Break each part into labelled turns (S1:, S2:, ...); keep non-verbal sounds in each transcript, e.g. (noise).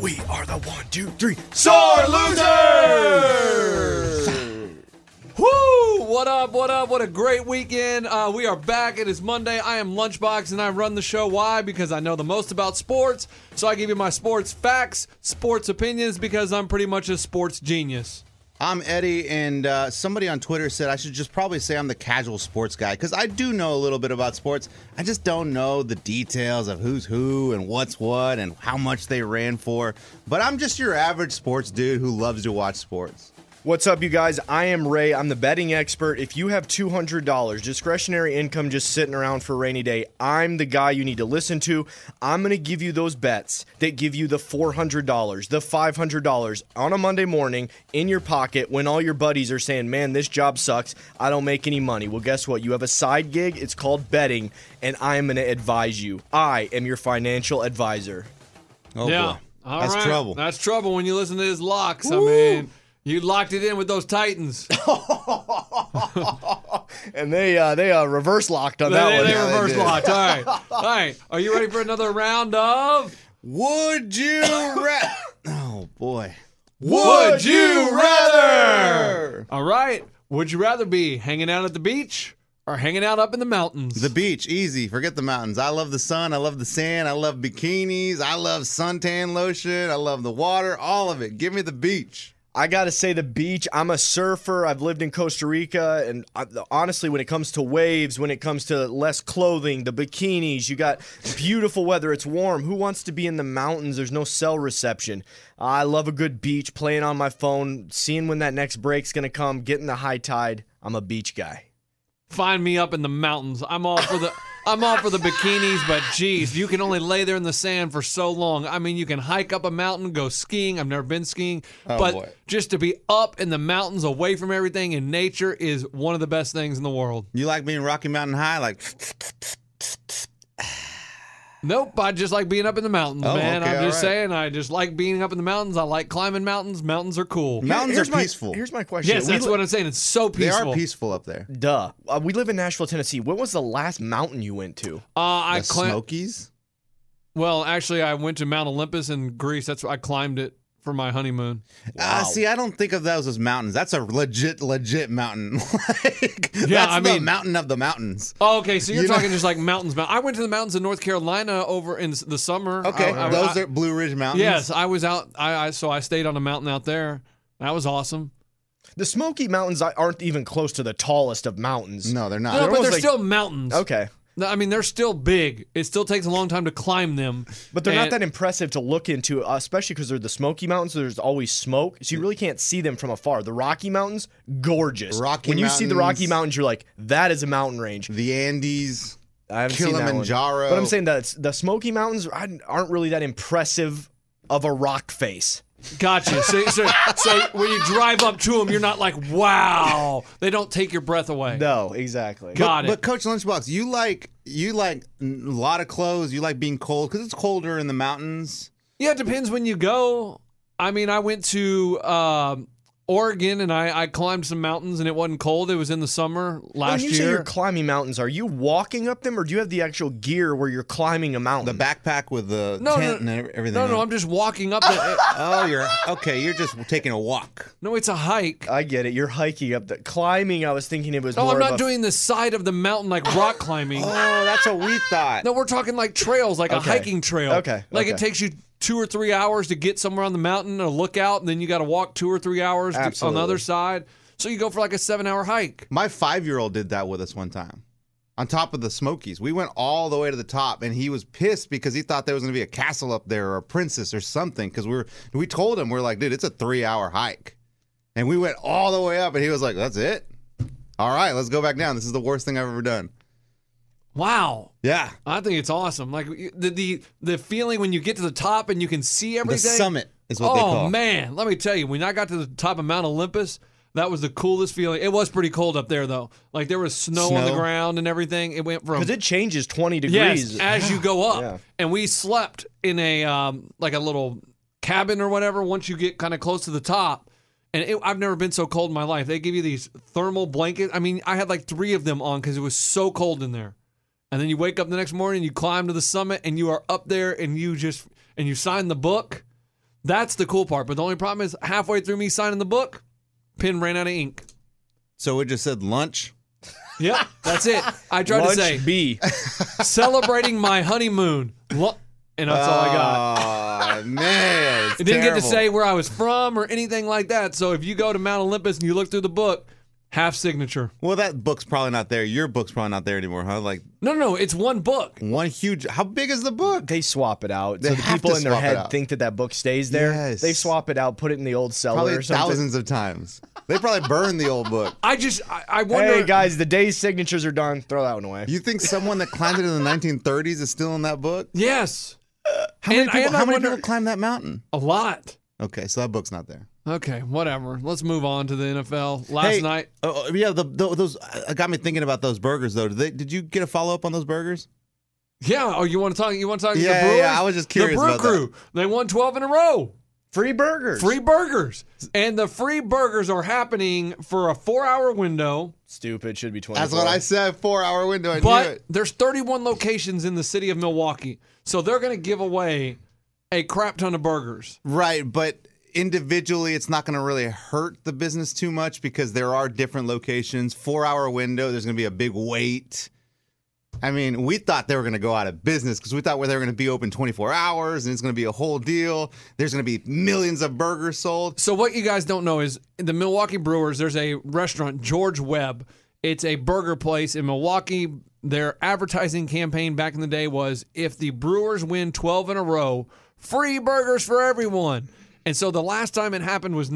S1: We are the one, two, three, sore losers.
S2: Woo! What up? What up? What a great weekend. Uh, we are back. It is Monday. I am Lunchbox and I run the show. Why? Because I know the most about sports. So I give you my sports facts, sports opinions, because I'm pretty much a sports genius.
S3: I'm Eddie, and uh, somebody on Twitter said I should just probably say I'm the casual sports guy because I do know a little bit about sports. I just don't know the details of who's who and what's what and how much they ran for. But I'm just your average sports dude who loves to watch sports.
S1: What's up, you guys? I am Ray. I'm the betting expert. If you have $200 discretionary income just sitting around for a rainy day, I'm the guy you need to listen to. I'm going to give you those bets that give you the $400, the $500 on a Monday morning in your pocket when all your buddies are saying, man, this job sucks. I don't make any money. Well, guess what? You have a side gig. It's called betting, and I am going to advise you. I am your financial advisor.
S3: Oh boy,
S2: All
S3: that's
S2: right.
S3: trouble.
S2: That's trouble when you listen to his locks. I mean, you locked it in with those (laughs) Titans.
S1: And they uh, they uh, reverse locked on
S2: they,
S1: that
S2: they-
S1: one.
S2: they
S3: Yeah, they
S2: reverse
S3: did.
S2: locked. All (laughs) right. All right. Are you ready for another round of
S3: Would you? Ra- (coughs) oh boy.
S2: Would You Rather? All right. Would you rather be hanging out at the beach or hanging out up in the mountains?
S3: The beach, easy. Forget the mountains. I love the sun. I love the sand. I love bikinis. I love suntan lotion. I love the water. All of it. Give me the beach.
S1: I gotta say the beach. I'm a surfer. I've lived in Costa Rica, and I, honestly, when it comes to waves, when it comes to less clothing, the bikinis, you got beautiful weather. It's warm. Who wants to be in the mountains? There's no cell reception. I love a good beach. Playing on my phone, seeing when that next break's gonna come, getting the high tide. I'm a beach guy.
S2: Find me up in the mountains. I'm all for the. I'm all for the bikinis, but geez, you can only lay there in the sand for so long. I mean, you can hike up a mountain, go skiing. I've never been skiing, but
S3: Oh, boy.
S2: just to be up in the mountains, away from everything in nature, is one of the best things in the world.
S3: You like being Rocky Mountain High? Like (sniffs)
S2: Nope, I just like being up in the mountains,
S3: Oh,
S2: man.
S3: okay,
S2: I'm
S3: all
S2: just
S3: right.
S2: saying, I just like being up in the mountains. I like climbing mountains. Mountains are cool.
S3: mountains
S1: Here's
S3: are
S1: my-
S3: peaceful.
S1: here's my question.
S2: Yes,
S1: We
S2: that's
S1: li-
S2: what I'm saying. It's so
S3: They
S2: peaceful.
S3: are peaceful up there.
S1: Duh. Uh, we live in Nashville, Tennessee. When was the last mountain you went to?
S2: Uh, I
S3: the
S2: climbed.
S3: Smokies.
S2: Well, actually, I went to Mount Olympus in Greece. That's why I climbed it for my honeymoon.
S3: Ah, see, I don't think of those as mountains. That's a legit, legit mountain. (laughs) like,
S2: Yeah,
S3: that's
S2: I
S3: the
S2: mean-
S3: mountain of the mountains.
S2: Oh, okay, so you're
S3: You know-
S2: talking just like mountains. Mount- I went to the mountains in North Carolina over in s- the summer.
S3: Okay,
S2: Oh, I- I-
S3: those
S2: I-
S3: are Blue Ridge Mountains.
S2: Yes, I was out. I, I so I stayed on a mountain out there. That was awesome.
S1: The Smoky Mountains aren't even close to the tallest of mountains.
S3: No, they're not.
S2: No,
S1: they're
S2: but
S1: almost
S2: they're
S1: like-
S2: still mountains.
S1: Okay.
S2: No, I mean, they're still big. It still takes a long time to climb them.
S1: But they're
S2: And-
S1: not that impressive to look into, uh, especially because they're the Smoky Mountains. So there's always smoke, so you really can't see them from afar. The Rocky Mountains, gorgeous.
S3: Rocky
S1: when you see the Rocky
S3: Mountains.
S1: Mountains, you're like, that is a mountain range.
S3: The Andes.
S1: I haven't seen that one.
S3: Kilimanjaro.
S1: But I'm saying that the Smoky Mountains I- aren't really that impressive of a rock face.
S2: Gotcha. (laughs) So, so, so when you drive up to them, you're not like, wow. They don't take your breath away.
S1: No, exactly.
S2: Got
S3: But
S2: it.
S3: Coach Lunchbox, you like you like a lot of clothes. You like being cold because it's colder in the mountains.
S2: yeah, it depends when you go. I mean, I went to um, Oregon and I, I climbed some mountains and it wasn't cold. It was in the summer
S1: When
S2: last
S1: you say
S2: year.
S1: you're climbing mountains, are you walking up them, or do you have the actual gear where you're climbing a
S3: The
S1: mountain?
S3: backpack with the
S2: No, no,
S3: tent and everything.
S2: no, no,
S3: on.
S2: I'm just walking
S1: (laughs)
S2: up. the,
S3: Oh, you're okay. You're just taking a walk.
S2: no, it's a hike.
S1: I get it. You're hiking up the climbing. I was thinking it was
S2: No,
S1: more
S2: I'm
S1: of
S2: not
S1: a-
S2: doing the side of the
S1: (laughs)
S2: mountain like rock climbing.
S3: Oh, that's what we thought.
S2: No, we're talking like trails, like a
S1: Okay.
S2: hiking trail.
S1: Okay,
S2: Like it
S1: okay.
S2: takes you two or three hours to get somewhere on the mountain or look out, and then you got to walk two or three hours to- on the
S1: Absolutely.
S2: other side. So you go for like a seven hour hike.
S3: My five year old did that with us one time on top of the Smokies. We went all the way to the top and he was pissed because he thought there was going to be a castle up there or a princess or something. Because we were, we told him, we are like, dude, it's a three hour hike. And we went all the way up and he was like, that's it. All right, let's go back down. This is the worst thing I've ever done.
S2: Wow.
S3: Yeah.
S2: I think it's awesome. Like you- the the, the feeling when you get to the top and you can see
S3: The
S2: everything.
S3: summit is what
S2: oh
S3: they call it.
S2: man, let me tell you, when I got to the top of Mount Olympus, that was the coolest feeling. It was pretty cold up there though. Like there was snow, on the
S3: Snow.
S2: ground and everything. It went from
S1: because it changes 20
S2: Yes,
S1: degrees.
S2: as you go up.
S1: Yeah.
S2: And we slept in a um, like a little cabin or whatever. Once you get kind of close to the top, and it, I've never been so cold in my life. They give you these thermal blankets. I mean, I had like three of them on because it was so cold in there. And then you wake up the next morning, you climb to the summit, and you are up there, and you just and you sign the book. That's the cool part. But the only problem is halfway through me signing the book, pen ran out of ink.
S3: So it just said lunch.
S2: Yep, that's it. I tried
S1: Lunch
S2: to say
S1: B.
S2: celebrating my honeymoon, Lu- and that's all I got.
S3: Oh man,
S2: (laughs) It didn't get to say where I was from or anything like that. So if you go to Mount Olympus and you look through the book, half signature.
S3: Well, that book's probably not there. Your book's probably not there anymore, huh? Like
S2: No, no, no. It's one book.
S3: one huge. How big is the book?
S1: They swap it
S3: (laughs)
S1: out.
S3: They
S1: so the
S3: have
S1: people
S3: to
S1: in their
S3: swap it
S1: head
S3: out.
S1: think that that book stays there.
S3: Yes.
S1: They swap it out, put it in the old cellar
S3: Probably
S1: or something.
S3: thousands of times. They probably burned the old book.
S2: I just, I, I wonder.
S1: Hey guys, the day's signatures are done. Throw that one away.
S3: You think someone that climbed it in the 1930s is still in that book?
S2: Yes,
S3: How many,
S2: And-
S3: people,
S2: and I
S3: how many
S2: wonder-
S3: people climbed that mountain?
S2: a lot.
S3: Okay, so that book's not there.
S2: Okay, whatever. Let's move on to the NFL. Last
S3: Hey,
S2: night,
S3: Oh, oh, yeah, the, tho- those uh, got me thinking about those burgers though. Did, they, did you get a follow up on those burgers?
S2: yeah. Oh, you want to talk? You want to talk? to the
S3: Yeah, yeah,
S2: Brewers?
S3: I was just curious
S2: The Brew
S3: about that.
S2: Crew. They won twelve in a row.
S1: Free burgers.
S2: Free burgers, and the free burgers are happening for a four-hour window.
S1: Stupid. Should be twenty.
S3: That's what I said. Four hour window. I knew
S2: But
S3: it.
S2: there's 31 locations in the city of Milwaukee, so they're going to give away a crap ton of burgers.
S3: Right, but individually, it's not going to really hurt the business too much because there are different locations. Four hour window. There's going to be a big wait. I mean, we thought they were going to go out of business because we thought well, they were going to be open 24 hours and it's going to be a whole deal. There's going to be millions of burgers sold.
S2: So what you guys don't know is the Milwaukee Brewers. There's a restaurant, George Webb. It's a burger place in Milwaukee. Their advertising campaign back in the day was if the Brewers win 12 in a row, free burgers for everyone. And so the last time it happened was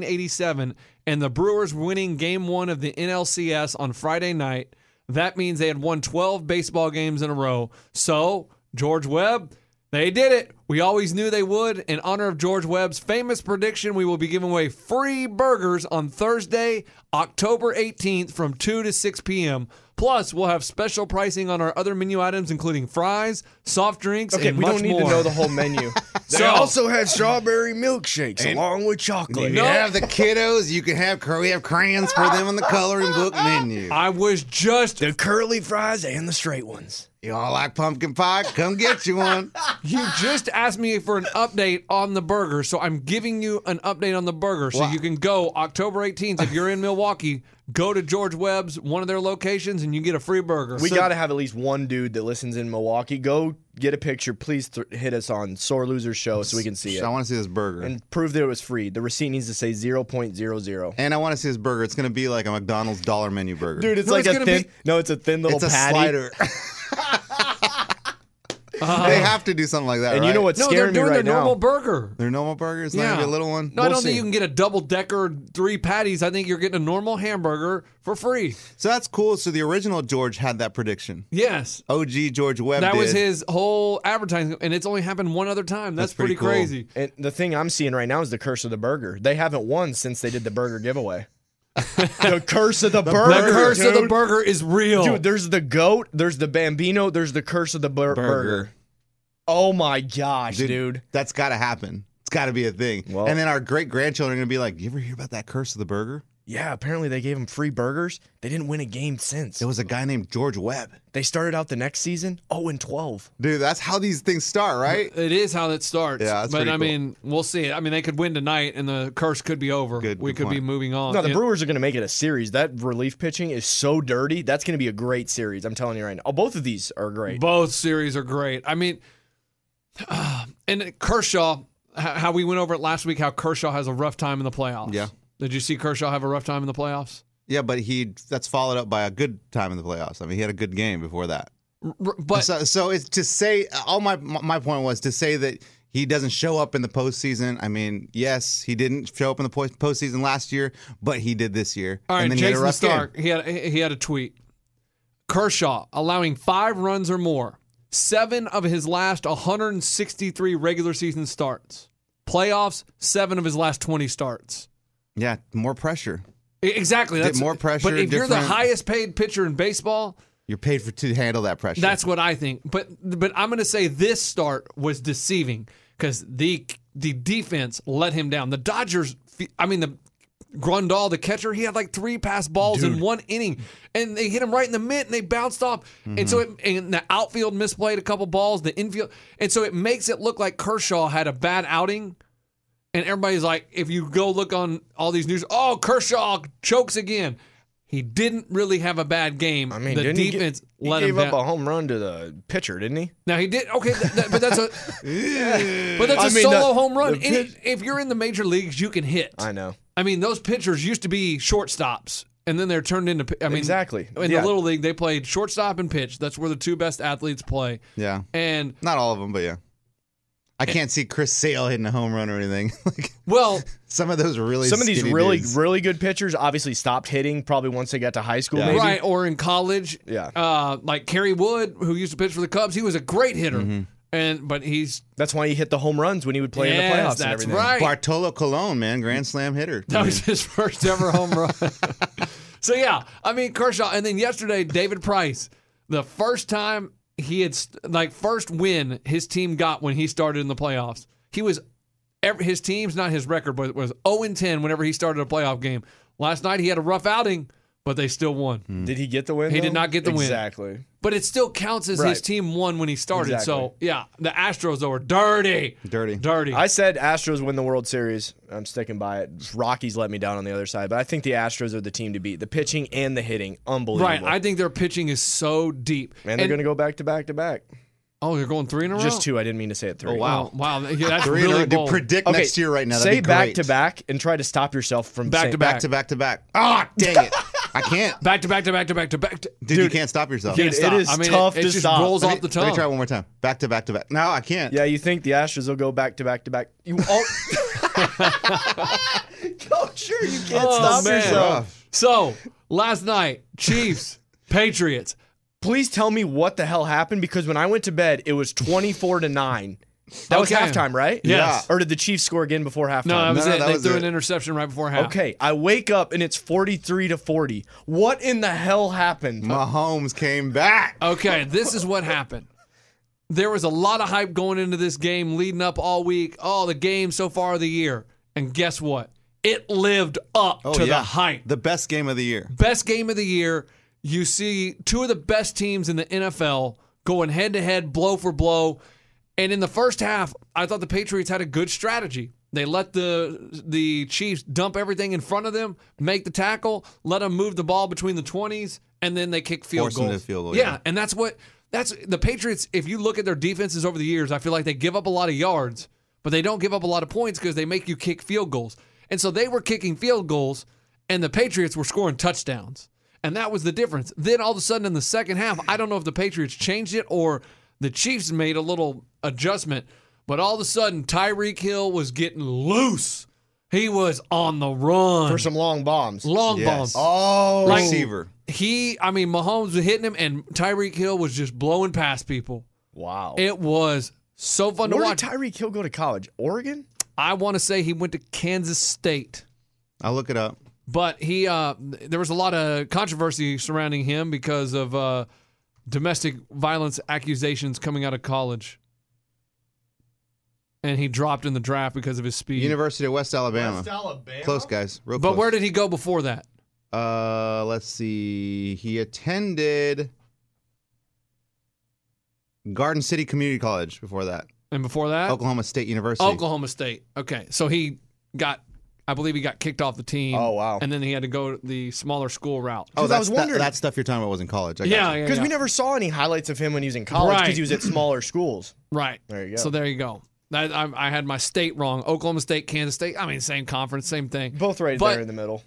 S2: 1987, and the Brewers winning game one of the NLCS on Friday night. That means they had won 12 baseball games in a row. So, George Webb, they did it. We always knew they would. In honor of George Webb's famous prediction, we will be giving away free burgers on Thursday, October 18th from 2 to 6 p.m. Plus, we'll have special pricing on our other menu items, including fries, soft drinks,
S1: Okay,
S2: and
S1: we
S2: much
S1: don't need
S2: more.
S1: to know the whole
S3: (laughs)
S1: menu. they
S2: So-
S1: also had strawberry milkshakes along with chocolate.
S3: You have the kiddos. You can have cr- we have crayons for them on the coloring book menu.
S2: I
S1: (laughs)
S2: was just
S1: The curly fries and the straight ones.
S3: Y'all like pumpkin pie? Come get you one.
S2: You just asked me for an update on the burger, so I'm giving you an update on the burger. So
S3: Wow.
S2: you can go October 18th if you're in Milwaukee, go to George Webb's, one of their locations, and you get a free burger.
S1: We
S2: So-
S1: got to have at least one dude that listens in Milwaukee. Go get a picture. Please th- hit us on Sore Loser Show so we can see it.
S3: I want to see this burger. And,
S1: And prove that it was free. The receipt needs to say 0.00.
S3: I want to see this burger. It's going to be like a McDonald's dollar menu burger.
S1: Dude, it's
S2: No,
S1: like
S2: it's
S1: a
S2: gonna
S1: thin.
S2: be-
S1: no, it's a thin little
S3: it's a
S1: patty.
S3: (laughs) slider. they have to do something like that.
S1: And you know
S3: right?
S1: what's
S2: no, they're
S1: scaring me
S2: doing
S1: right
S2: their
S1: now?
S2: normal burger.
S3: Their normal burger? It's not
S2: Yeah,
S3: going to be a little one?
S2: No, I
S1: We'll
S2: don't think
S1: see.
S2: you can get a double decker, three patties. I think you're getting a normal hamburger for free.
S3: So that's cool. So the original George had that prediction.
S2: Yes,
S3: OG George Webb
S2: that
S3: did.
S2: was his whole advertising, and it's only happened one other time. That's,
S3: That's pretty cool.
S2: crazy.
S1: And the thing I'm seeing right now is the curse of the burger. They haven't won since they did the burger
S2: (laughs)
S1: giveaway. the curse of the, burger.
S2: The curse of the
S1: dude.
S2: burger is real.
S1: Dude, there's the goat, there's the bambino, there's the curse of the bur- burger.
S3: burger.
S1: Oh my gosh, dude.
S3: That's got to happen. It's got to be a thing.
S1: Well-
S3: and then our great grandchildren are going to be like, you ever hear about that curse of the burger?
S1: Yeah, apparently they gave him free burgers. They didn't win a game since.
S3: There was a guy named George Webb.
S1: They started out the next season 0 and 12.
S3: Dude, that's how these things
S2: (laughs)
S3: start, right?
S2: It is how that starts.
S3: Yeah, that's
S2: but
S3: pretty
S2: I
S3: cool.
S2: mean, we'll see. I mean, they could win tonight, and the curse could be over.
S3: Good-
S2: we
S3: good
S2: could be
S3: point.
S2: moving on.
S1: No, the
S2: Yeah.
S1: Brewers are going to make it a series. That relief pitching is so dirty. That's going to be a great series. I'm telling you right now. Oh, both of these are great.
S2: Both series are great. I mean, (sighs) and Kershaw, h- how we went over it last week, how Kershaw has a rough time in the playoffs.
S3: Yeah.
S2: Did you see Kershaw have a rough time in the playoffs?
S3: Yeah, but he that's followed up by a good time in the playoffs. I mean, he had a good game before that.
S2: R- but
S3: so, so it's to say all my my point was to say that he doesn't show up in the postseason. I mean, yes, he didn't show up in the po- postseason last year, but he did this year.
S2: all right,
S3: and then he had a
S2: Jason
S3: rough game.
S2: Stark, he had he had a tweet. Kershaw allowing five runs or more, seven of his last 163 regular season starts. Playoffs, seven of his last 20 starts.
S3: Yeah, more pressure.
S2: I- Exactly. That's
S3: more pressure,
S2: But if you're the
S3: different-
S2: highest paid pitcher in baseball,
S3: You're paid for to handle that pressure.
S2: that's what I think. But but I'm going to say this start was deceiving because the the defense let him down. The Dodgers. f- I mean the Grundahl, the catcher, he had like three pass balls in one inning, and they hit him right in the mitt, and they bounced off. And so it, and the outfield misplayed a couple balls, the infield, and so it makes it look like Kershaw had a bad outing. and everybody's like, if you go look on all these news, oh Kershaw chokes again. He didn't really have a bad game.
S1: I mean,
S2: the
S1: didn't he gi-
S2: defense
S1: he,
S2: let
S1: gave
S2: him
S1: up
S2: down.
S1: a home run to the pitcher, didn't
S2: (laughs)
S1: he? (sighs)
S2: Now he did okay, th- th- but that's a but that's
S1: (laughs)
S2: a
S1: I mean,
S2: solo
S1: the-
S2: home run.
S1: the
S2: Any-
S1: pitch-
S2: if you're in the major leagues, you can hit.
S1: I know.
S2: I mean, those pitchers used to be shortstops, and then they're turned into. pi- I mean,
S1: Exactly.
S2: In
S1: Yeah.
S2: the little league, they played shortstop and pitch. That's where the two best athletes play.
S3: Yeah.
S2: And
S3: Not all of them, but yeah. I can't see Chris Sale hitting a home run or anything. (laughs) like
S2: well,
S3: some of those really
S1: Some of these
S3: skinny
S1: really,
S3: dudes.
S1: really good pitchers obviously stopped hitting probably once they got to high school. (laughs)
S3: Yeah.
S1: Maybe.
S2: right or in college,
S1: Yeah.
S2: uh, like Kerry Wood, who used to pitch for the Cubs, he was a great hitter,
S1: Mm-hmm.
S2: and but he's
S1: That's why he hit the home runs when he would play in the
S2: Yes,
S1: playoffs. and
S2: that's
S1: everything.
S2: right.
S3: Bartolo Colon, man, grand slam hitter.
S2: That was his first ever
S1: (laughs)
S2: home run. so yeah, I mean Kershaw, and then yesterday David Price, the first time he had st- like first win his team got when he started in the playoffs. He was ev- his team's not his record, but it was zero and ten whenever he started a playoff game. Last night he had a rough outing, but they still won.
S1: Did he get the win?
S2: He did
S1: though?
S2: not get the win.
S1: Exactly.
S2: But it still counts as his
S1: Right.
S2: team won when he started. So
S1: Exactly.
S2: yeah, the Astros though are dirty,
S3: Dirty.
S2: dirty.
S1: I said Astros win the World Series. I'm sticking by it. Rockies let me down on the other side, but I think the Astros are the team to beat. The pitching and the hitting, unbelievable.
S2: right, I think their pitching is so deep.
S1: and they're going to go back to back to back.
S2: oh, they're going three in a row.
S1: Just two. I didn't mean to say it three.
S2: Wow, Oh, wow, yeah, that's
S3: Three in a
S2: really
S3: row. Dude,
S2: bold.
S3: predict
S1: Okay,
S3: Oh, next year right now. That'd
S1: Say
S3: be
S1: back
S3: great.
S1: to back and try to stop yourself from
S2: Back
S1: saying,
S2: to back.
S3: Back to back to back. Ah,
S2: (laughs)
S3: dang it. I can't.
S2: back to back to back to back to back. To,
S3: Dude, you can't stop yourself.
S1: Dude, it
S2: stop.
S1: is tough
S2: it, it
S1: to
S2: just
S1: stop.
S2: rolls
S1: Let
S2: off
S1: me-
S2: the tongue.
S3: Let me try one more time. Back to back to back. No, I can't.
S1: Yeah, you think the Astros will go back to back to back?
S3: (laughs)
S1: You all. oh, sure, you can't
S2: Oh,
S1: stop
S2: man.
S1: yourself.
S3: Rough.
S2: So last night,
S3: (laughs)
S2: Chiefs, Patriots.
S1: Please tell me what the hell happened because when I went to bed, it was 24 to 9. That was
S2: Okay.
S1: halftime, right?
S2: Yes.
S1: Or did the Chiefs score again before halftime?
S2: No, that was
S3: no,
S2: it.
S3: that
S2: they
S3: was
S2: threw
S3: it.
S2: an interception right before half.
S1: Okay, I wake up and it's 43 to 40. What in the hell happened?
S3: Mahomes came back.
S2: Okay, this is what happened. There was a lot of hype going into this game, leading up all week. Oh, the game so far of the year, and guess what? It lived up Oh, to the
S3: Oh, yeah.
S2: hype.
S3: The best game of the year.
S2: best game of the year. You see two of the best teams in the NFL going head to head, blow for blow. And in the first half, I thought the Patriots had a good strategy. They let the the Chiefs dump everything in front of them, make the tackle, let them move the ball between the twenties, and then they kick field
S3: Force them to
S2: goals.
S3: field goal,
S2: yeah,
S3: yeah.
S2: and that's what that's the Patriots. If you look at their defenses over the years, I feel like they give up a lot of yards, but they don't give up a lot of points because they make you kick field goals. And so they were kicking field goals, and the Patriots were scoring touchdowns, and that was the difference. Then all of a sudden in the second half, I don't know if the Patriots changed it or the Chiefs made a little adjustment, but all of a sudden Tyreek Hill was getting loose. He was on the run.
S1: For some long bombs.
S2: Long
S3: Yes.
S2: bombs
S1: Oh,
S3: Receiver.
S2: he I mean Mahomes was hitting him and Tyreek Hill was just blowing past people.
S1: wow.
S2: It was so fun to
S1: Where
S2: watch.
S1: did Tyreek Hill go to college? Oregon?
S2: I want to say he went to Kansas State,
S3: I'll look it up.
S2: but he uh there was a lot of controversy surrounding him because of uh domestic violence accusations coming out of college. And he dropped in the draft because of his speed.
S3: University of West Alabama.
S1: Alabama.
S3: Close, guys. Real
S2: Mm. but
S3: close.
S2: where did he go before that?
S3: Uh, let's see. He attended Garden City Community College before that.
S2: And before that?
S1: Oh,
S3: Oklahoma State University.
S2: Uh, Oklahoma State. Okay, so he got, I believe he got kicked off the team.
S1: Oh, wow.
S2: And then he had to go the smaller school route.
S3: Oh,
S1: 'Cause I
S3: that's,
S1: was
S3: that-
S1: wondering-
S3: That, stuff you're talking about was in college. I got
S2: yeah,
S3: you.
S2: yeah,
S1: Because
S2: yeah.
S1: we never saw any highlights of him when he was in college because
S2: Right.
S1: he was at smaller schools.
S2: right.
S1: There you go.
S2: So there you go. That, I, I had my state wrong. Oklahoma State, Kansas State. I mean, same conference, same thing.
S1: Both right
S2: But-
S1: there in the middle.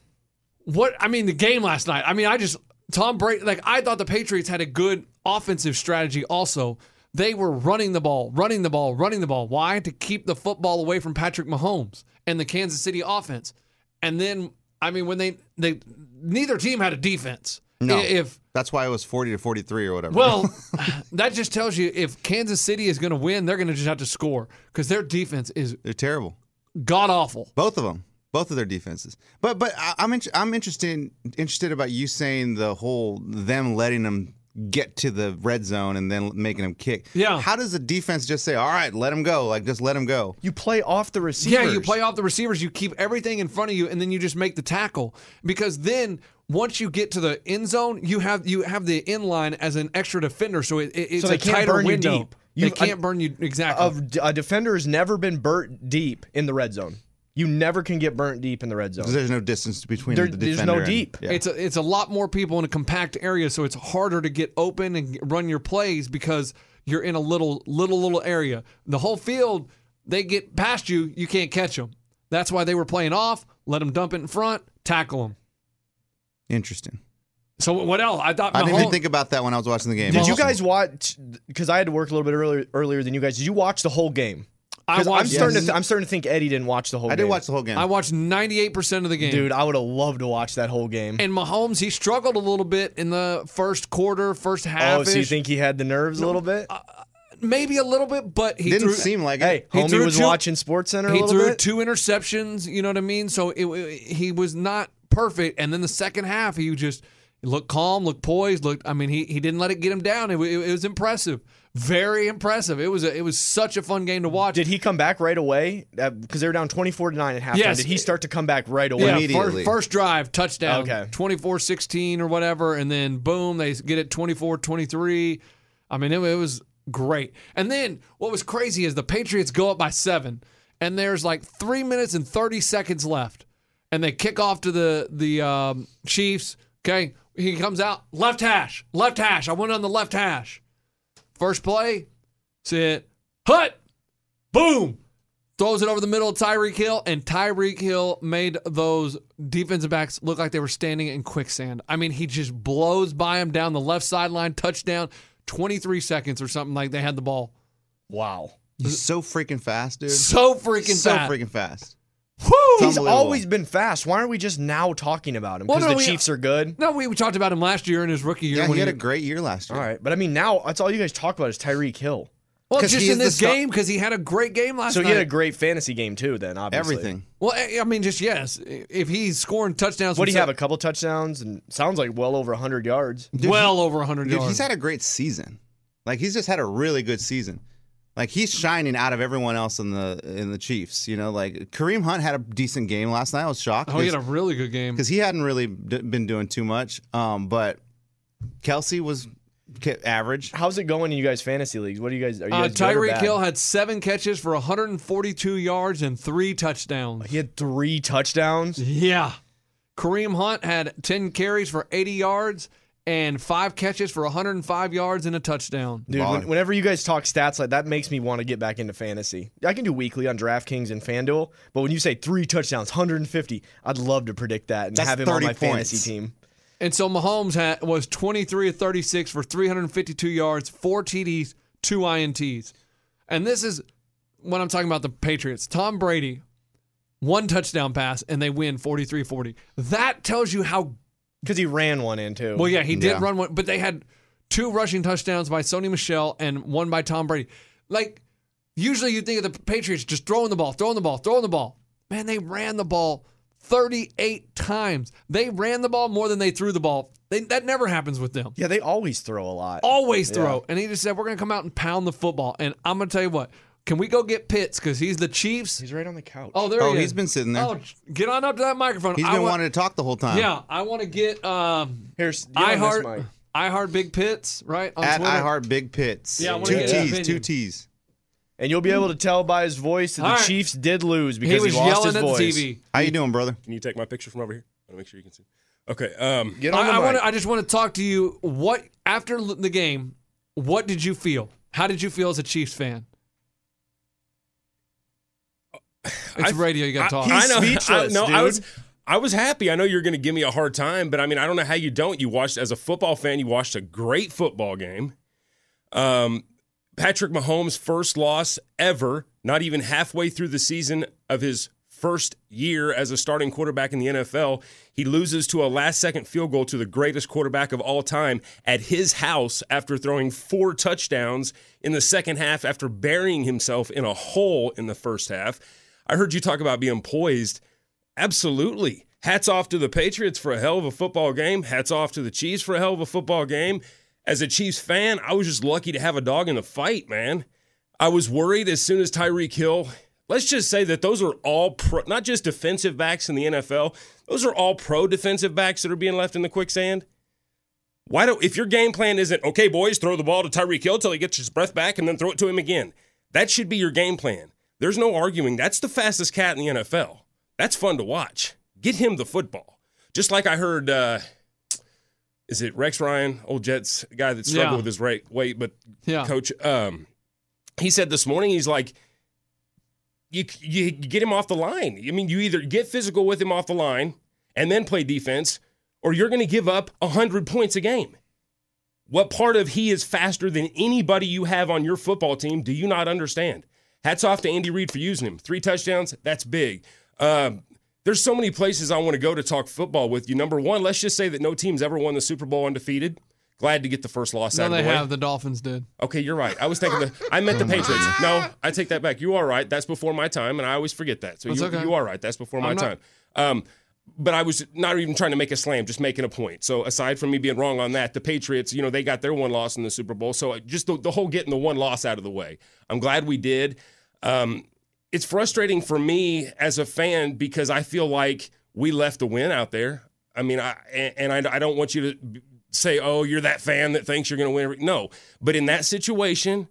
S2: what I mean, the game last night. I mean, I just Tom Brady. Like I thought the Patriots had a good offensive strategy. Also, they were running the ball, running the ball, running the ball. Why? To keep the football away from Patrick Mahomes and the Kansas City offense. And then, I mean, when they they neither team had a defense.
S3: No.
S2: I- If
S3: That's why it was 40 to 43 or whatever.
S2: well, (laughs) that just tells you if Kansas City is going to win, they're going to just have to score because their defense is
S3: they're terrible.
S2: god awful.
S3: Both of them. Both of their defenses. But but I, I'm in, I'm interested interested about you saying the whole them letting them get to the red zone and then making them kick.
S2: Yeah.
S3: How does the defense just say, "All right, let them go. Like just let them go."
S1: You play off the
S2: Yeah,
S1: receivers.
S2: you play off the receivers, you keep everything in front of you, and then you just make the tackle. Because then once you get to the end zone, you have you have the end line as an extra defender, so it, it- it's
S1: So they
S2: a
S1: can't
S2: tighter
S1: burn you
S2: window.
S1: deep.
S2: They
S1: You've- uh,
S2: can't burn you exactly.
S1: Of- A defender has never been burnt deep in the red zone. You never can get burnt deep in the red
S3: Because
S1: zone.
S3: there's no distance between
S1: There-
S3: the
S1: there's
S3: defender.
S1: no
S3: and-
S1: deep.
S3: yeah.
S2: It's a, it's a lot more people in a compact area, so it's harder to get open and run your plays because you're in a little little little area. The whole field, they get past you, you can't catch them. That's why they were playing off. Let them dump it in front, tackle them.
S3: Interesting.
S2: So what else? I thought
S3: I didn't
S2: Mahomes-
S3: even think about that when I was watching the game.
S1: Did you
S2: Mahomes-
S1: guys watch? Because I had to work a little bit earlier earlier than you guys. Did you watch the whole game?
S2: I
S1: 'Cause I'm
S2: watched.
S1: starting to
S3: Yes.
S1: th- I'm starting to think Eddie didn't watch the whole.
S3: I
S1: game.
S3: did watch the whole game.
S2: I watched 98 percent of the game.
S1: Dude, I would have loved to watch that whole game.
S2: And Mahomes, he struggled a little bit in the first quarter, first half.
S1: oh, so you think he had the nerves a little bit?
S2: maybe a little bit, but he
S3: didn't
S2: threw,
S3: seem like
S1: hey,
S3: it.
S2: Uh, he
S1: homie
S2: threw
S1: was
S2: two-
S1: watching Sports Center a
S2: He
S1: little
S2: threw
S1: bit.
S2: two interceptions. You know what I mean? So it, it- he was not perfect. And then the second half, he just looked calm, looked poised. Looked. I mean, he, he didn't let it get him down. It, wa- it, was impressive, very impressive. It was a, it was such a fun game to watch.
S1: Did he come back right away? Because they were down 24 to 9 at halftime.
S2: Yes.
S1: Did he start to come back right away?
S2: yeah,
S3: Immediately.
S2: First, first drive, touchdown,
S1: Okay.
S2: 24-16 or whatever, and then boom, they get it 24-23. I mean, it, it was great. And then what was crazy is the Patriots go up by seven, and there's like three minutes and 30 seconds left, and they kick off to the, the um, Chiefs, okay? He comes out, left hash, left hash. I went on the left hash. First play, sit, hut, boom, throws it over the middle of Tyreek Hill, and Tyreek Hill made those defensive backs look like they were standing in quicksand. I mean, he just blows by him down the left sideline, touchdown, 23 seconds or something like they had the ball.
S1: Wow.
S3: He's so freaking fast, dude.
S2: So freaking
S3: so
S2: fast.
S3: freaking fast.
S2: Woo!
S1: He's
S3: Unbelievable.
S1: always been fast. Why aren't we just now talking about him?
S2: Well,
S1: Because
S2: no,
S1: the
S2: we-
S1: Chiefs are good.
S2: No, we, we talked about him last year in his rookie year.
S3: Yeah,
S2: when
S3: he had a great year last year.
S1: All right. But I mean, now that's all you guys talk about is Tyreek Hill.
S2: well,
S3: 'cause
S2: just
S3: he
S2: in
S3: is the
S2: this
S3: star-
S2: game because he had a great game last
S1: So
S2: night.
S1: he had a great fantasy game, too, then, obviously.
S3: Everything.
S2: well, eh, I I mean, just yes. If he's scoring touchdowns,
S1: What do you have?
S2: himself-
S1: A couple touchdowns and sounds like well over 100 yards.
S2: well over 100
S3: Dude,
S2: yards.
S3: he's had a great season. Like he's just had a really good season. Like he's shining out of everyone else in the in the Chiefs. You know, like Kareem Hunt had a decent game last night. I was shocked
S2: oh, he had a really good game.
S3: because he hadn't really d- been doing too much. Um, but Kelsey was ca- average.
S1: How's it going in you guys' fantasy leagues? What do you guys? Are you
S2: Uh,
S1: guys good or
S2: Tyreek
S1: bad?
S2: Hill had seven catches for 142 yards and three touchdowns.
S1: He had three touchdowns.
S2: Yeah. Kareem Hunt had 10 carries for 80 yards and five catches for 105 yards and a touchdown.
S1: Dude, when,
S3: Baller.
S1: whenever you guys talk stats like that, makes me want to get back into fantasy. I can do weekly on DraftKings and FanDuel, but when you say three touchdowns, 150, I'd love to predict that and
S3: That's
S1: have him on
S3: 30
S1: my
S3: points.
S1: fantasy team.
S2: And so Mahomes had, was 23 of 36 for 352 yards, four TDs, two INTs. And this is when I'm talking about the Patriots. Tom Brady, one touchdown pass, and they win 43 40. That tells you how
S1: Because he ran one in too.
S2: Well, yeah, he did
S3: Yeah.
S2: run one, but they had two rushing touchdowns by Sony Michelle and one by Tom Brady. Like, usually you think of the Patriots just throwing the ball, throwing the ball, throwing the ball. Man, they ran the ball 38 times. They ran the ball more than they threw the ball. They, that never happens with them.
S1: Yeah, they always throw a lot.
S2: Always throw. And he just said, We're going to come out and pound the football. And I'm going to tell you what, can we go get Pitts? Because he's the Chiefs.
S1: He's right on the couch.
S2: Oh, there
S3: Oh,
S2: he is.
S3: he's been sitting there.
S2: Oh, get on up to that microphone.
S3: He's
S2: I
S3: been
S2: wa-
S3: wanting to talk the whole time.
S2: Yeah, I want to get. Um,
S1: here's get
S2: I
S1: on this
S2: heart,
S1: mic.
S2: I heart big pits, right? On
S3: At
S2: Twitter.
S3: I Heart Big Pits.
S2: Yeah, I wanna
S3: two
S1: get his
S3: T's, two
S2: opinion.
S3: T's.
S1: and you'll be able to tell by his voice that
S2: All
S1: the
S2: right.
S1: Chiefs did lose
S2: he
S1: because he,
S2: was
S1: lost
S2: yelling
S1: his
S2: at the
S1: voice.
S2: TV.
S3: How you doing, brother?
S4: Can you take my picture from over here? I'll make sure you can see. Okay. Um,
S1: Get on
S2: I,
S1: the
S2: I
S1: mic.
S2: want. I just want to talk to you. What after l- the game? What did you feel? How did you feel as a Chiefs
S4: (sighs)
S2: fan? It's
S4: I-
S2: radio. You got to talk.
S1: he-
S4: I know.
S1: speechless,
S4: I, no, I
S1: dude.
S4: was. I was happy. I know you're going to give me a hard time, but I mean, I don't know how you don't. You watched as a football fan. You watched a great football game. Um, Patrick Mahomes' first loss ever. Not even halfway through the season of his first year as a starting quarterback in the NFL, he loses to a last-second field goal to the greatest quarterback of all time at his house after throwing four touchdowns in the second half after burying himself in a hole in the first half. I heard you talk about being poised. Absolutely. Hats off to the Patriots for a hell of a football game. Hats off to the Chiefs for a hell of a football game. As a Chiefs fan, I was just lucky to have a dog in the fight, man. I was worried as soon as Tyreek Hill. Let's just say that those are all pro, not just defensive backs in the NFL. Those are all pro defensive backs that are being left in the quicksand. Why don't if your game plan isn't okay, boys, throw the ball to Tyreek Hill till he gets his breath back and then throw it to him again? That should be your game plan. There's no arguing. That's the fastest cat in the NFL. That's fun to watch. Get him the football. Just like I heard, uh, is it Rex Ryan, old Jets guy that struggled
S2: Yeah.
S4: with his rate, weight, but
S2: Yeah.
S4: coach, um, he said this morning, he's like, you, you get him off the line. I mean, you either get physical with him off the line and then play defense, or you're going to give up 100 points a game. What part of he is faster than anybody you have on your football team do you not understand? Hats off to Andy Reid for using him. Three touchdowns, that's big. Um, there's so many places I want to go to talk football with you. Number one, let's just say that no team's ever won the Super Bowl undefeated. Glad to get the first loss out
S2: No,
S4: of the
S2: they
S4: way.
S2: have. The Dolphins did.
S4: Okay, you're right. I was thinking the I meant the Patriots.
S2: (laughs)
S4: No, I take that back. You are right. That's before my time, and I always forget that. So
S2: That's
S4: you,
S2: okay.
S4: you are right. That's before my
S2: I'm not-
S4: time. Um, but I was not even trying to make a slam, just making a point. So aside from me being wrong on that, the Patriots, you know, they got their one loss in the Super Bowl. So just the, the whole getting the one loss out of the way. I'm glad we did. Um, it's frustrating for me as a fan because I feel like we left the win out there. I mean, I and and I, I don't want you to b- say, "Oh, you're that fan that thinks you're going to win." every-" No, but in that situation,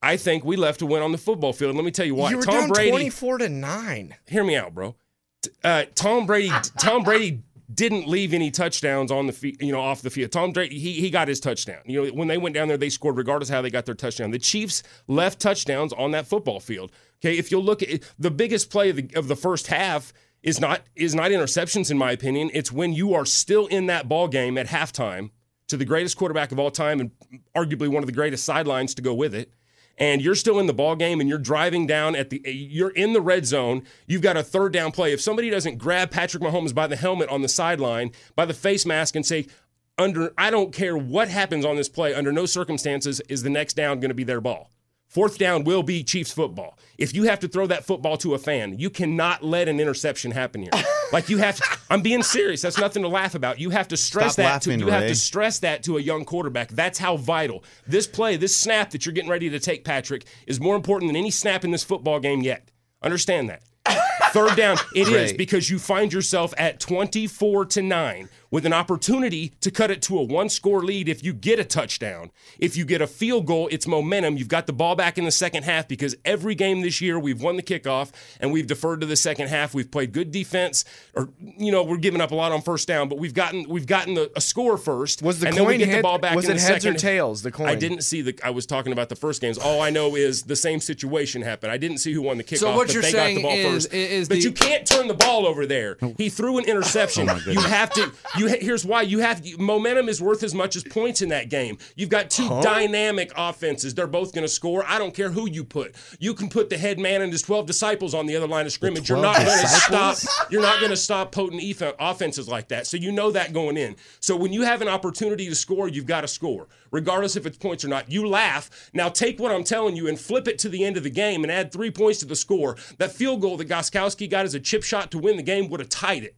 S4: I think we left a win on the football field. And let me tell you why.
S1: You were
S4: Tom
S1: down
S4: Brady,
S1: 24 to 9.
S4: hear me out, bro. T- Uh, Tom Brady, Tom Brady didn't leave any touchdowns on the field, you know, off the field. Tom Brady, he, he got his touchdown. You know, when they went down there, they scored regardless of how they got their touchdown. The Chiefs left touchdowns on that football field. Okay, if you'll look at it, the biggest play of the, of the first half is not is not interceptions in my opinion. It's when you are still in that ball game at halftime to the greatest quarterback of all time and arguably one of the greatest sidelines to go with it and you're still in the ball game and you're driving down at the you're in the red zone you've got a third down play if somebody doesn't grab Patrick Mahomes by the helmet on the sideline by the face mask and say under I don't care what happens on this play under no circumstances is the next down going to be their ball fourth down will be Chiefs football if you have to throw that football to a fan you cannot let an interception happen here like you have I'm being serious that's nothing to laugh about you have to stress
S3: Stop
S4: that
S3: laughing,
S4: to, you have
S3: Ray.
S4: to stress that to a young quarterback. That's how vital this play, this snap that you're getting ready to take, Patrick, is more important than any snap in this football game yet. Understand that. Third down, it is
S3: Right.
S4: because you find yourself at 24 to 9 with an opportunity to cut it to a one score lead if you get a touchdown. If you get a field goal, it's momentum. You've got the ball back in the second half because every game this year we've won the kickoff and we've deferred to the second half. We've played good defense or you know, we're giving up a lot on first down, but we've gotten we've gotten the, a score first.
S1: Was the
S4: and
S1: coin
S4: then we get the
S1: head-
S4: ball back
S1: was
S4: in
S1: it
S4: the
S1: heads or
S4: second.
S1: tails, the coin?
S4: I didn't see the I was talking about the first games. All I know is the same situation happened. I didn't see who won the kickoff,
S2: So what
S4: but
S2: you're
S4: they
S2: saying
S4: got the ball
S2: is-
S4: first.
S2: is
S4: but
S2: the-
S4: you can't turn the ball over there.
S1: Oh.
S4: He threw an
S1: (laughs)
S4: interception. you have to. You ha- here's why. You have you- momentum is worth as much as points in that game. You've got two dynamic offenses. They're both going to score. I don't care who you put. You can put the head man and his twelve disciples on the other line of scrimmage. You're not
S3: 12
S4: going to stop.
S3: disciples?
S4: You're not going to stop potent eff- offenses like that. So you know that going in. So when you have an opportunity to score, you've got to score, regardless if it's points or not. You laugh. Now take what I'm telling you and flip it to the end of the game and add three points to the score. That field goal that Goskowski got as a chip shot to win the game would have tied it.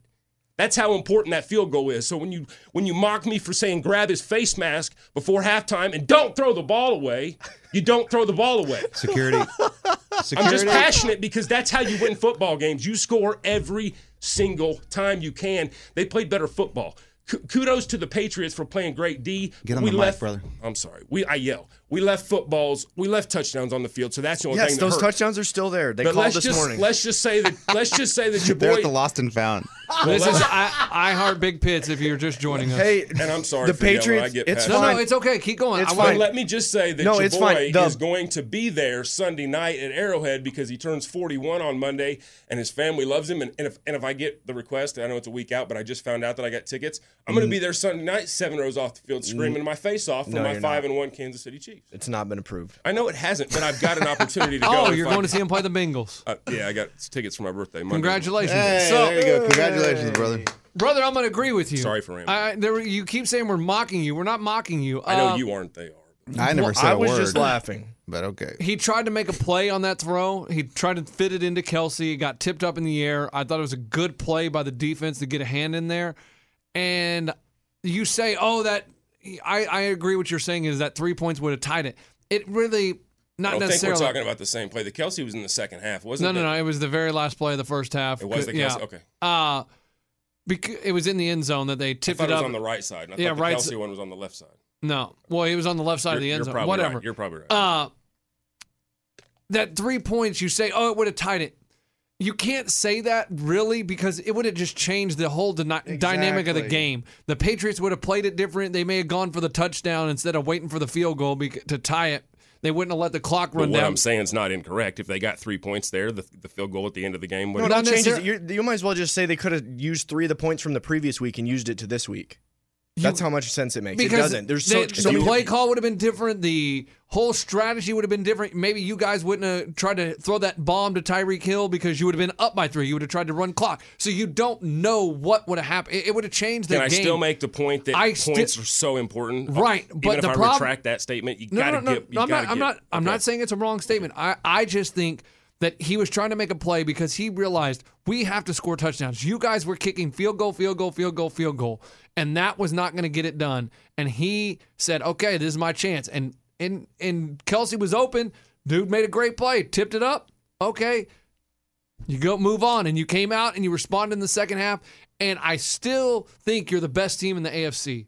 S4: That's how important that field goal is. So when you when you mock me for saying grab his face mask before halftime and don't throw the ball away, you don't throw the ball away.
S2: (laughs)
S3: Security.
S4: I'm just
S3: Security.
S4: passionate because that's how you win football games. You score every single time you can. They played better football. K- Kudos to the Patriots for playing great D.
S3: Get on
S4: we
S3: the mic,
S4: left,
S3: brother.
S4: I'm sorry. We I yell. We left footballs. We left touchdowns on the field. So that's the only
S1: Yes,
S4: thing that
S1: those
S4: hurt.
S1: touchdowns are still there. They
S4: but
S1: called
S4: let's
S1: this
S4: just
S1: morning.
S4: let's just say that let's just
S3: (laughs)
S4: say that your
S3: They're
S4: boy
S3: at the lost
S2: (laughs)
S3: and found.
S4: Oh,
S2: This is I, I heart big pits. If you're just joining
S1: (laughs)
S2: us,
S1: hey,
S4: and I'm sorry.
S1: The
S4: for yelling.
S1: Patriots-
S4: I get
S1: it's
S4: passionate.
S2: no,
S1: fine.
S2: no, it's okay. Keep going.
S1: It's
S2: I
S1: fine.
S2: want-
S4: But let me just say that
S1: No,
S4: your
S1: it's
S4: boy
S1: fine. The-
S4: is going to be there Sunday night at Arrowhead because he turns 41 on Monday, and his family loves him. And, and if and if I get the request, I know it's a week out, but I just found out that I got tickets. I'm
S2: Mm.
S4: going to be there Sunday night, seven rows off the field, screaming my face off for
S1: No,
S4: my
S1: you're
S4: five
S1: not.
S4: and one Kansas City Chiefs.
S1: it's not been approved.
S4: I know it hasn't, but I've got an opportunity
S2: (laughs)
S4: to go.
S2: Oh,
S4: if
S2: you're
S4: I-
S2: going to see him play the Bengals.
S4: Uh, yeah, I got tickets for my birthday. Monday.
S2: Congratulations.
S3: Hey,
S2: so,
S3: there you go. Congratulations, brother.
S2: brother, I'm going to agree with you.
S4: Sorry for rambling.
S2: I, there, were- you keep saying we're mocking you. We're not mocking you.
S4: I know
S2: Uh,
S4: you aren't. They are.
S3: I never said
S1: I
S3: a
S1: was
S3: word,
S1: just laughing.
S3: but okay.
S2: He tried to make a play on that throw. He tried to fit it into Kelsey. It got tipped up in the air. I thought it was a good play by the defense to get a hand in there. And you say, oh, that I, I agree what you're saying is that three points would have tied it. It really,
S4: I
S2: not
S4: don't think we're
S2: necessarily.
S4: talking about the same play. The Kelsey was in the second half, wasn't
S2: no, no,
S4: it?
S2: no. It was the very last play of the first half.
S4: It was the
S2: Yeah.
S4: Kelsey. Okay,
S2: Uh, because it was in the end zone that they
S4: I
S2: tipped
S4: thought it
S2: up.
S4: was on the right side. and I
S2: Yeah,
S4: thought the
S2: right
S4: Kelsey
S2: si-
S4: one was on the left side.
S2: No. Well, he was on the left side of the end zone.
S4: probably
S2: Whatever.
S4: Right. You're probably right.
S2: uh, that three points, you say, oh, it would have tied it. you can't say that really because it would have just changed the whole dyna- dynamic of the
S3: Exactly.
S2: game. The Patriots would have played it different. They may have gone for the touchdown instead of waiting for the field goal bec to tie it. They wouldn't have let the clock
S4: But
S2: run
S4: what
S2: down.
S4: I'm saying is not incorrect. If they got three points there, the, the field goal at the end of the game would
S1: No, it
S2: Not
S1: all changes.
S2: necessar-
S1: You're, you might as well just say they could have used three of the points from the previous week and used it to this week. That's how much sense it makes. It
S2: because
S1: doesn't. There's so,
S2: the,
S1: so
S2: the
S1: many-
S2: play call would have been different. The whole strategy would have been different. Maybe you guys wouldn't have tried to throw that bomb to Tyreek Hill because you would have been up by three. You would have tried to run clock. So you don't know what would have happened. It, it would have changed the
S4: Can I
S2: game.
S4: still make the point that
S2: I
S4: points
S2: sti-
S4: are so important?
S2: Right,
S4: Even
S2: but
S4: if
S2: the
S4: I
S2: prob-
S4: retract that statement, you gotta get. You
S2: I'm not.
S4: gotta
S2: I'm
S4: get-
S2: not. I'm
S4: okay.
S2: not saying it's a wrong statement. I, I just think that he was trying to make a play because he realized we have to score touchdowns. You guys were kicking field goal, field goal, field goal, field goal, and that was not going to get it done. And he said, "Okay, this is my chance." And and and Kelsey was open. Dude made a great play, tipped it up. Okay, you go move on, and you came out and you responded in the second half. And I still think you're the best team in the AFC.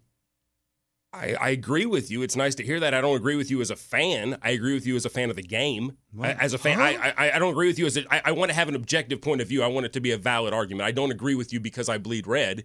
S4: I, I agree with you. It's nice to hear that. I don't agree with you as a fan. I agree with you as a fan of the game. I- as a fan, I, I I don't agree with you as a, I, I want to have an objective point of view. I want it to be a valid argument. I don't agree with you because I bleed red.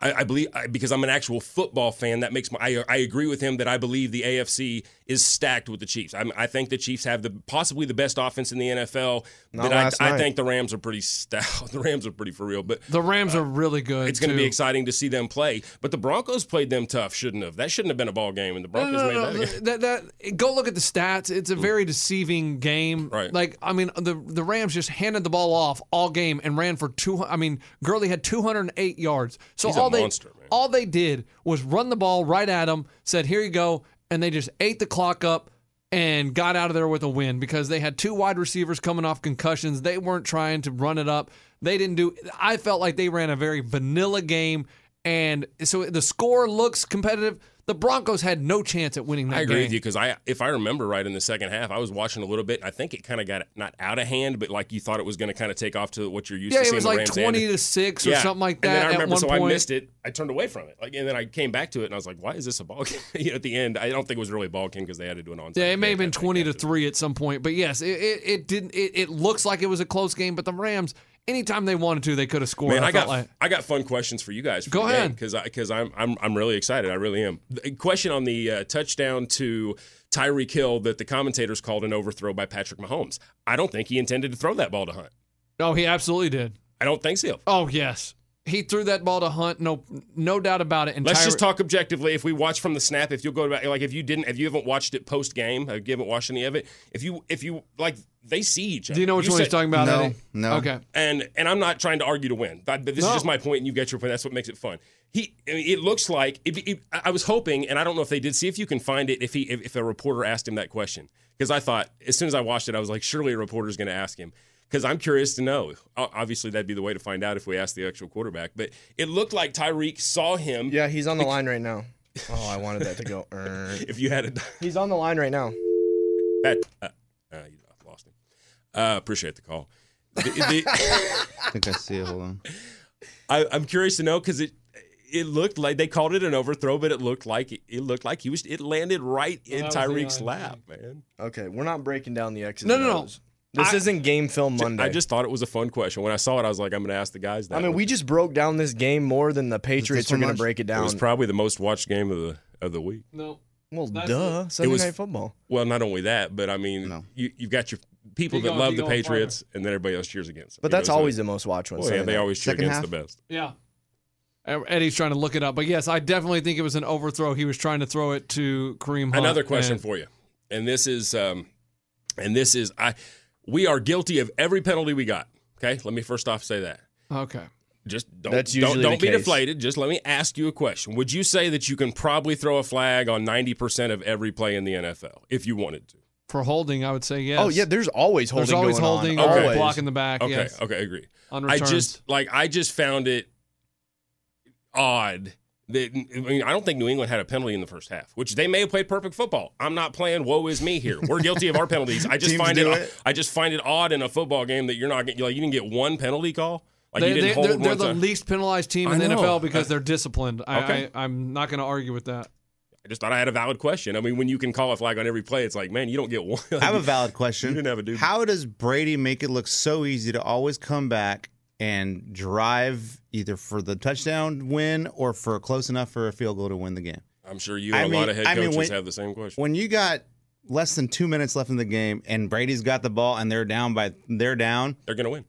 S4: I, I believe I, because I'm an actual football fan. That makes my I, I agree with him that I believe the AFC is stacked with the Chiefs. I'm, I think the Chiefs have the possibly the best offense in the NFL.
S1: Not
S4: that
S1: last
S4: I, I
S1: night.
S4: think the Rams are pretty stout. (laughs) The Rams are pretty for real, but
S2: The Rams are really good.
S4: Uh, it's going to
S2: too.
S4: be exciting to see them play. But the Broncos played them tough, shouldn't have. That shouldn't have been a ball game, and the
S2: No,
S4: Broncos
S2: no,
S4: made
S2: no, no. (laughs)
S4: that. a game. (laughs)
S2: That, that- go look at the stats. It's a very deceiving game.
S4: Right.
S2: Like I mean, the the Rams just handed the ball off all game and ran for two. I mean, Gurley had 208 yards. So
S4: He's a
S2: all they
S4: monster, man.
S2: all they did was run the ball right at him. Said here you go, and they just ate the clock up and got out of there with a win because they had two wide receivers coming off concussions. They weren't trying to run it up. They didn't do. I felt like they ran a very vanilla game. And so the score looks competitive. The Broncos had no chance at winning that
S4: I agree
S2: game.
S4: with you because I, if I remember right, in the second half, I was watching a little bit. I think it kind of got not out of hand, but like you thought it was going to kind of take off to what you're used
S2: Yeah, it
S4: to seeing
S2: was
S4: the
S2: like
S4: Rams and-
S2: twenty to six or
S4: Yeah.
S2: something like
S4: And
S2: that.
S4: then I remember,
S2: at
S4: so
S2: one point.
S4: I missed it. I turned away from it, like, and then I came back to it, and I was like, "Why is this a ball (laughs) game?" you know, at the end, I don't think it was really a ball game because they had to do an onside.
S2: Yeah, it may
S4: kick,
S2: have
S4: I
S2: been
S4: think,
S2: twenty to
S4: after.
S2: three at some point, but yes, it it, it didn't. It, it looks like it was a close game, but the Rams, anytime they wanted to, they could have scored.
S4: Man, I,
S2: felt
S4: got
S2: like
S4: I got fun questions for you guys. For
S2: Go ahead.
S4: because because I'm I'm I'm really excited. I really am. The question on the uh, touchdown to Tyreek Hill that the commentators called an overthrow by Patrick Mahomes. I don't think he intended to throw that ball to Hunt.
S2: oh, he absolutely did.
S4: I don't think so.
S2: Oh yes, he threw that ball to Hunt. No, no doubt about it. And
S4: Let's
S2: Tyre-
S4: just talk objectively. If we watch from the snap, if you'll go back, like if you didn't, if you haven't watched it post game, if you haven't watched any of it, if you if you like, they see each other.
S2: Do you know which one
S4: said-
S2: he's talking about?
S3: No,
S2: Eddie?
S3: no.
S2: Okay.
S4: and and I'm not trying to argue to win, but, but this
S2: No.
S4: is just my point, and you get your point. That's what makes it fun. He, I mean, it looks like if, if, I was hoping, and I don't know if they did. See if you can find it. If he, if, if a reporter asked him that question, because I thought as soon as I watched it, I was like, surely a reporter's going to ask him, because I'm curious to know. O- Obviously, that'd be the way to find out if we asked the actual quarterback. But it looked like Tyreek saw him.
S1: Yeah, he's on the line right now. Oh, I wanted that to
S4: (laughs)
S1: go. "Er."
S4: If you had a (laughs)
S1: he's on the line right now.
S4: that, uh, uh, you lost him. Uh, appreciate the call. The- the-
S3: I think I see it. Hold on.
S4: I, I'm curious to know because it it looked like they called it an overthrow, but it looked like it looked like he was it landed right in
S2: that was the
S4: Tyreek's
S2: line,
S4: lap, man.
S1: Okay, we're not breaking down the X's.
S2: No,
S1: and
S2: no, no.
S1: O's. This
S2: I-
S1: isn't game film Monday.
S4: I just thought it was a fun question. When I saw it, I was like, I'm going to ask the guys that.
S1: I mean, we just broke down this game more than the Patriots are
S3: one
S1: going to
S3: much?
S1: break it
S4: it
S1: down.
S4: was probably the most watched game of the of the week.
S2: No.
S1: well,
S2: That's
S1: duh, Sunday
S4: was-
S1: Night Football.
S4: Well, not only that, but I mean,
S3: No.
S4: you you've got your people
S2: Keep
S4: that
S2: going,
S4: love
S2: keep
S4: the
S2: going,
S4: Patriots, and then everybody else cheers against. Them.
S1: But
S4: You know,
S1: that's
S4: so-
S1: always the most watched one.
S4: Well, yeah,
S1: Sunday
S4: they
S1: night.
S4: always cheer
S3: Second
S4: against
S3: half?
S4: the best.
S2: Yeah. E, Eddie's trying to look it up, but yes, I definitely think it was an overthrow. He was trying to throw it to Kareem. Hunt,
S4: Another question
S2: and-
S4: for you, and this is, um, and this is, I, we are guilty of every penalty we got. Okay, let me first off say that.
S2: Okay.
S4: just don't
S1: That's
S4: don't,
S1: usually
S4: don't
S1: the
S4: be
S1: case.
S4: deflated. Just let me ask you a question. Would you say that you can probably throw a flag on 90% of every play in the NFL if you wanted to?
S2: For holding, I would say yes.
S1: Oh yeah, there's always holding.
S2: There's always
S1: going on.
S2: holding,
S4: Okay.
S2: always
S1: Always.
S2: blocking the back.
S4: Okay,
S2: yes.
S4: okay, I agree.
S2: On
S4: I
S2: returns.
S4: just like I just found it odd that I mean I don't think New England had a penalty in the first half, which they may have played perfect football. I'm not playing woe is me here. We're
S2: (laughs)
S4: guilty of our penalties. I just
S3: Teams
S4: find it,
S3: do
S4: odd-
S3: it.
S4: I just find it odd in a football game that you're not getting like you didn't get one penalty call. Like
S2: they,
S4: you didn't
S2: they,
S4: hold
S2: they're they're
S4: one
S2: the
S4: time.
S2: least penalized team
S4: I
S2: in the
S4: know.
S2: NFL because
S4: I-
S2: they're disciplined. I,
S4: Okay.
S2: I, I'm not going to argue with that.
S4: I just thought I had a valid question. I mean, when you can call a flag on every play, it's like, man, you don't get (laughs) one.
S3: I have a valid question.
S4: You didn't have a dude.
S3: How does Brady make it look so easy to always come back and drive either for the touchdown win or for close enough for a field goal to win the game?
S4: I'm sure you and
S3: I
S4: a lot
S3: mean-
S4: of head
S3: I mean,
S4: coaches
S3: when-
S4: have the same question.
S3: When you got less than two minutes left in the game and Brady's got the ball and they're down by they're down,
S4: They're gonna win.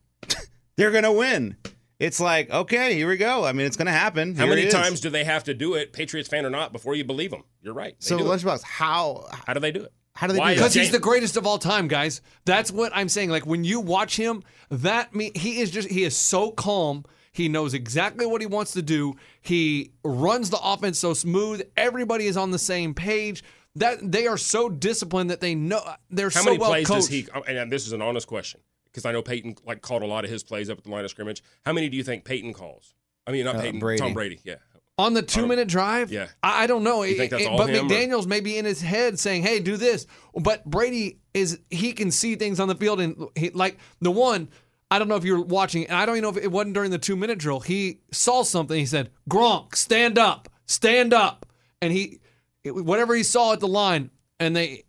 S3: they're gonna win. It's like okay, here we go. I mean, it's gonna happen.
S4: How
S3: Here
S4: many
S3: it is.
S4: times do they have to do it, Patriots fan or not, before you believe them? You're right. They
S3: So
S4: do it.
S3: lunchbox, how
S4: how do they do it?
S3: how do they
S4: Why
S3: do
S4: is
S3: that?
S2: Because he's
S4: James-
S2: the greatest of all time, guys. That's what I'm saying. Like when you watch him, that me he is just he is so calm. He knows exactly what he wants to do. He runs the offense so smooth. Everybody is on the same page. That they are so disciplined that they know they're
S4: How
S2: so
S4: many
S2: well
S4: plays
S2: coached.
S4: does he? And this is an honest question because I know Peyton like called a lot of his plays up at the line of scrimmage. How many do you think Peyton calls? I mean, not
S3: Uh,
S4: Peyton,
S3: Brady.
S4: Tom Brady. Yeah,
S2: on the two minute drive?
S4: Oh, Yeah.
S2: I, I don't know. It-
S4: think that's
S2: it-
S4: all
S2: but
S4: him, or-
S2: McDaniels may be in his head saying, hey, do this. But Brady is, he can see things on the field. And he, like the one, I don't know if you're watching, and I don't even know if it wasn't during the two minute drill. He saw something. He said, Gronk, stand up, stand up. And he, it- whatever he saw at the line, and they,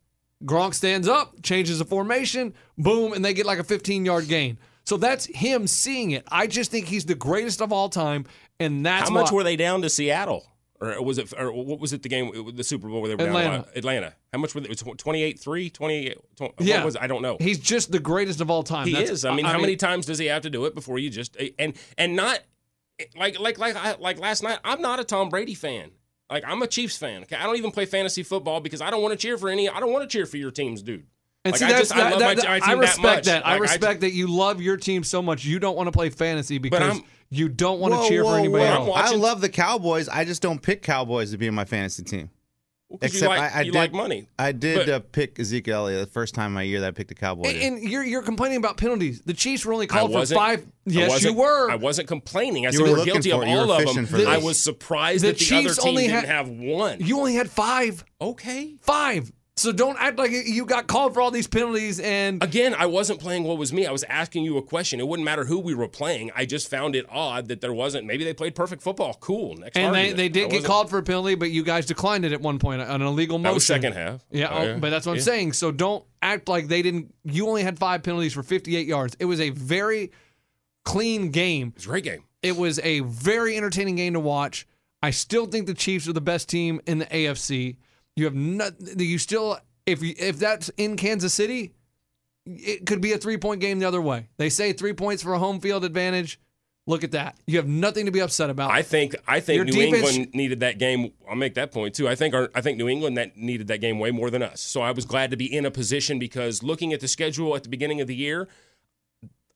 S2: Gronk stands up, changes the formation, boom, and they get like a 15 yard gain. So that's him seeing it. I just think he's the greatest of all time, and that's
S4: How much
S2: why-
S4: were they down to Seattle? Or was it? Or what was it? The game, the Super Bowl where they were down a
S2: Atlanta.
S4: lot? Atlanta. How much were they? Twenty-eight, three, twenty-eight.
S2: Yeah.
S4: What was? it? I don't know.
S2: He's just the greatest of all time.
S4: He
S2: That's-
S4: is. I mean, how many times does he have to do it before you just eh, and and not like like like I- like last night? I'm not a Tom Brady fan. Like I'm a Chiefs fan. Okay, I don't even play fantasy football because I don't want to cheer for any. I don't want to cheer for your teams, dude.
S2: And
S4: like,
S2: see,
S4: I
S2: that's,
S4: just- I love
S2: that-
S4: my-
S2: that-
S4: my
S2: I
S4: team that
S2: respect
S4: much.
S2: that. I
S4: Like, I
S2: respect that you love your team so much you don't want to play fantasy because
S4: I'm-
S2: you don't want
S3: Whoa,
S2: to cheer
S3: whoa,
S2: for anybody
S3: whoa.
S2: else.
S4: I'm
S3: I
S4: watching-
S3: love the Cowboys. I just don't pick Cowboys to be in my fantasy team.
S4: Because you
S3: Except
S4: like
S3: I- I
S4: you
S3: did-
S4: like money.
S3: I did
S4: But-
S3: uh, pick Ezekiel Elliott the first time my year that I picked a Cowboy.
S2: And, and you're you're complaining about penalties. The Chiefs were only
S4: I
S2: called for
S4: wasn't-
S2: five.
S4: I
S2: Yes, you
S4: wasn't-
S2: were.
S4: I wasn't complaining. I
S3: You
S4: said
S3: were
S4: we're
S3: looking
S4: guilty of
S3: for it. You were
S4: all of
S3: fishing
S4: them.
S3: for
S4: I
S3: this.
S4: was surprised
S2: The
S4: that the
S2: Chiefs
S4: other team
S2: only
S4: didn't
S2: had-
S4: have one.
S2: you only had five.
S4: okay.
S2: Five. So don't act like you got called for all these penalties and
S4: Again, I wasn't playing what was me. I was asking you a question. It wouldn't matter who we were playing. I just found it odd that there wasn't. Maybe they played perfect football. Cool. Next
S2: and they,
S4: argument.
S2: they
S4: I
S2: did get
S4: wasn't-
S2: called for a penalty, but you guys declined it at one point on an illegal motion.
S4: That was second half.
S2: Yeah,
S4: Oh,
S2: oh, but that's what I'm
S4: Yeah.
S2: saying. So don't act like they didn't. You only had five penalties for 58 yards. It was a very clean game.
S4: It's a great game.
S2: It was a very entertaining game to watch. I still think the Chiefs are the best team in the AFC. You have not. You still, if you, if that's in Kansas City, it could be a three point game the other way. They say three points for a home field advantage. Look at that. You have nothing to be upset about.
S4: I think I think
S2: Your
S4: New
S2: defense-
S4: England needed that game. I'll make that point too. I think our, I think New England that needed that game way more than us. So I was glad to be in a position because looking at the schedule at the beginning of the year,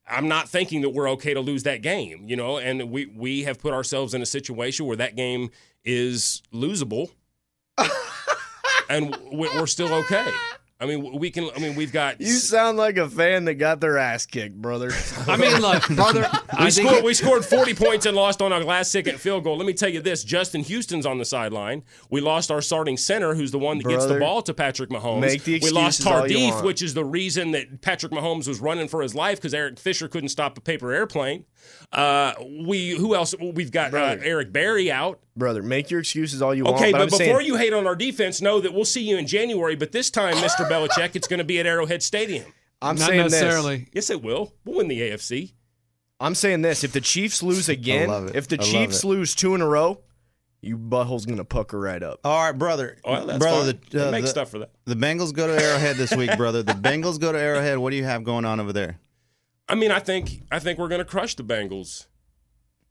S4: I'm not thinking that we're okay to lose that game, you know, and we we have put ourselves in a situation where that game is losable.
S2: (laughs)
S4: and we- we're still okay. I mean, we can I mean, we've got (laughs)
S1: You sound like a fan that got their ass kicked, brother. (laughs)
S2: I mean, look, brother.
S4: (laughs) We
S2: I think
S4: scored, we scored 40 points and lost on our last second field goal. Let me tell you this Justin Houston's on the sideline. We lost our starting center, who's the one that gets the
S1: Brother,
S4: ball to Patrick Mahomes.
S1: make the
S4: we lost
S1: excuses all you
S4: Tardif,
S1: want.
S4: which is the reason that Patrick Mahomes was running for his life because Eric Fisher couldn't stop a paper airplane. Uh, we Who else? We've got uh,
S1: Brother.
S4: Eric Berry out.
S1: brother, make your excuses all you want.
S4: Okay,
S1: but,
S4: but,
S1: I'm
S4: before
S1: saying,
S4: you hate on our defense, know that we'll see you in January, but this time, Mr. Belichick, it's going to be at Arrowhead Stadium.
S1: I'm
S2: not
S1: saying
S2: necessarily.
S1: this.
S4: Yes, it will. We'll win the AFC.
S1: I'm saying this. If the Chiefs lose again,
S3: love it.
S1: if the
S3: I love
S1: Chiefs
S3: it.
S1: lose two in a row, you butthole's gonna pucker right up.
S3: All right, brother.
S4: Oh, that's
S3: brother,
S4: fine.
S3: the, uh,
S4: make
S3: the-
S4: stuff for that.
S3: The Bengals go to Arrowhead this week, brother.
S4: (laughs)
S3: The Bengals go to Arrowhead. What do you have going on over there?
S4: I mean, I think I think we're going to crush the Bengals.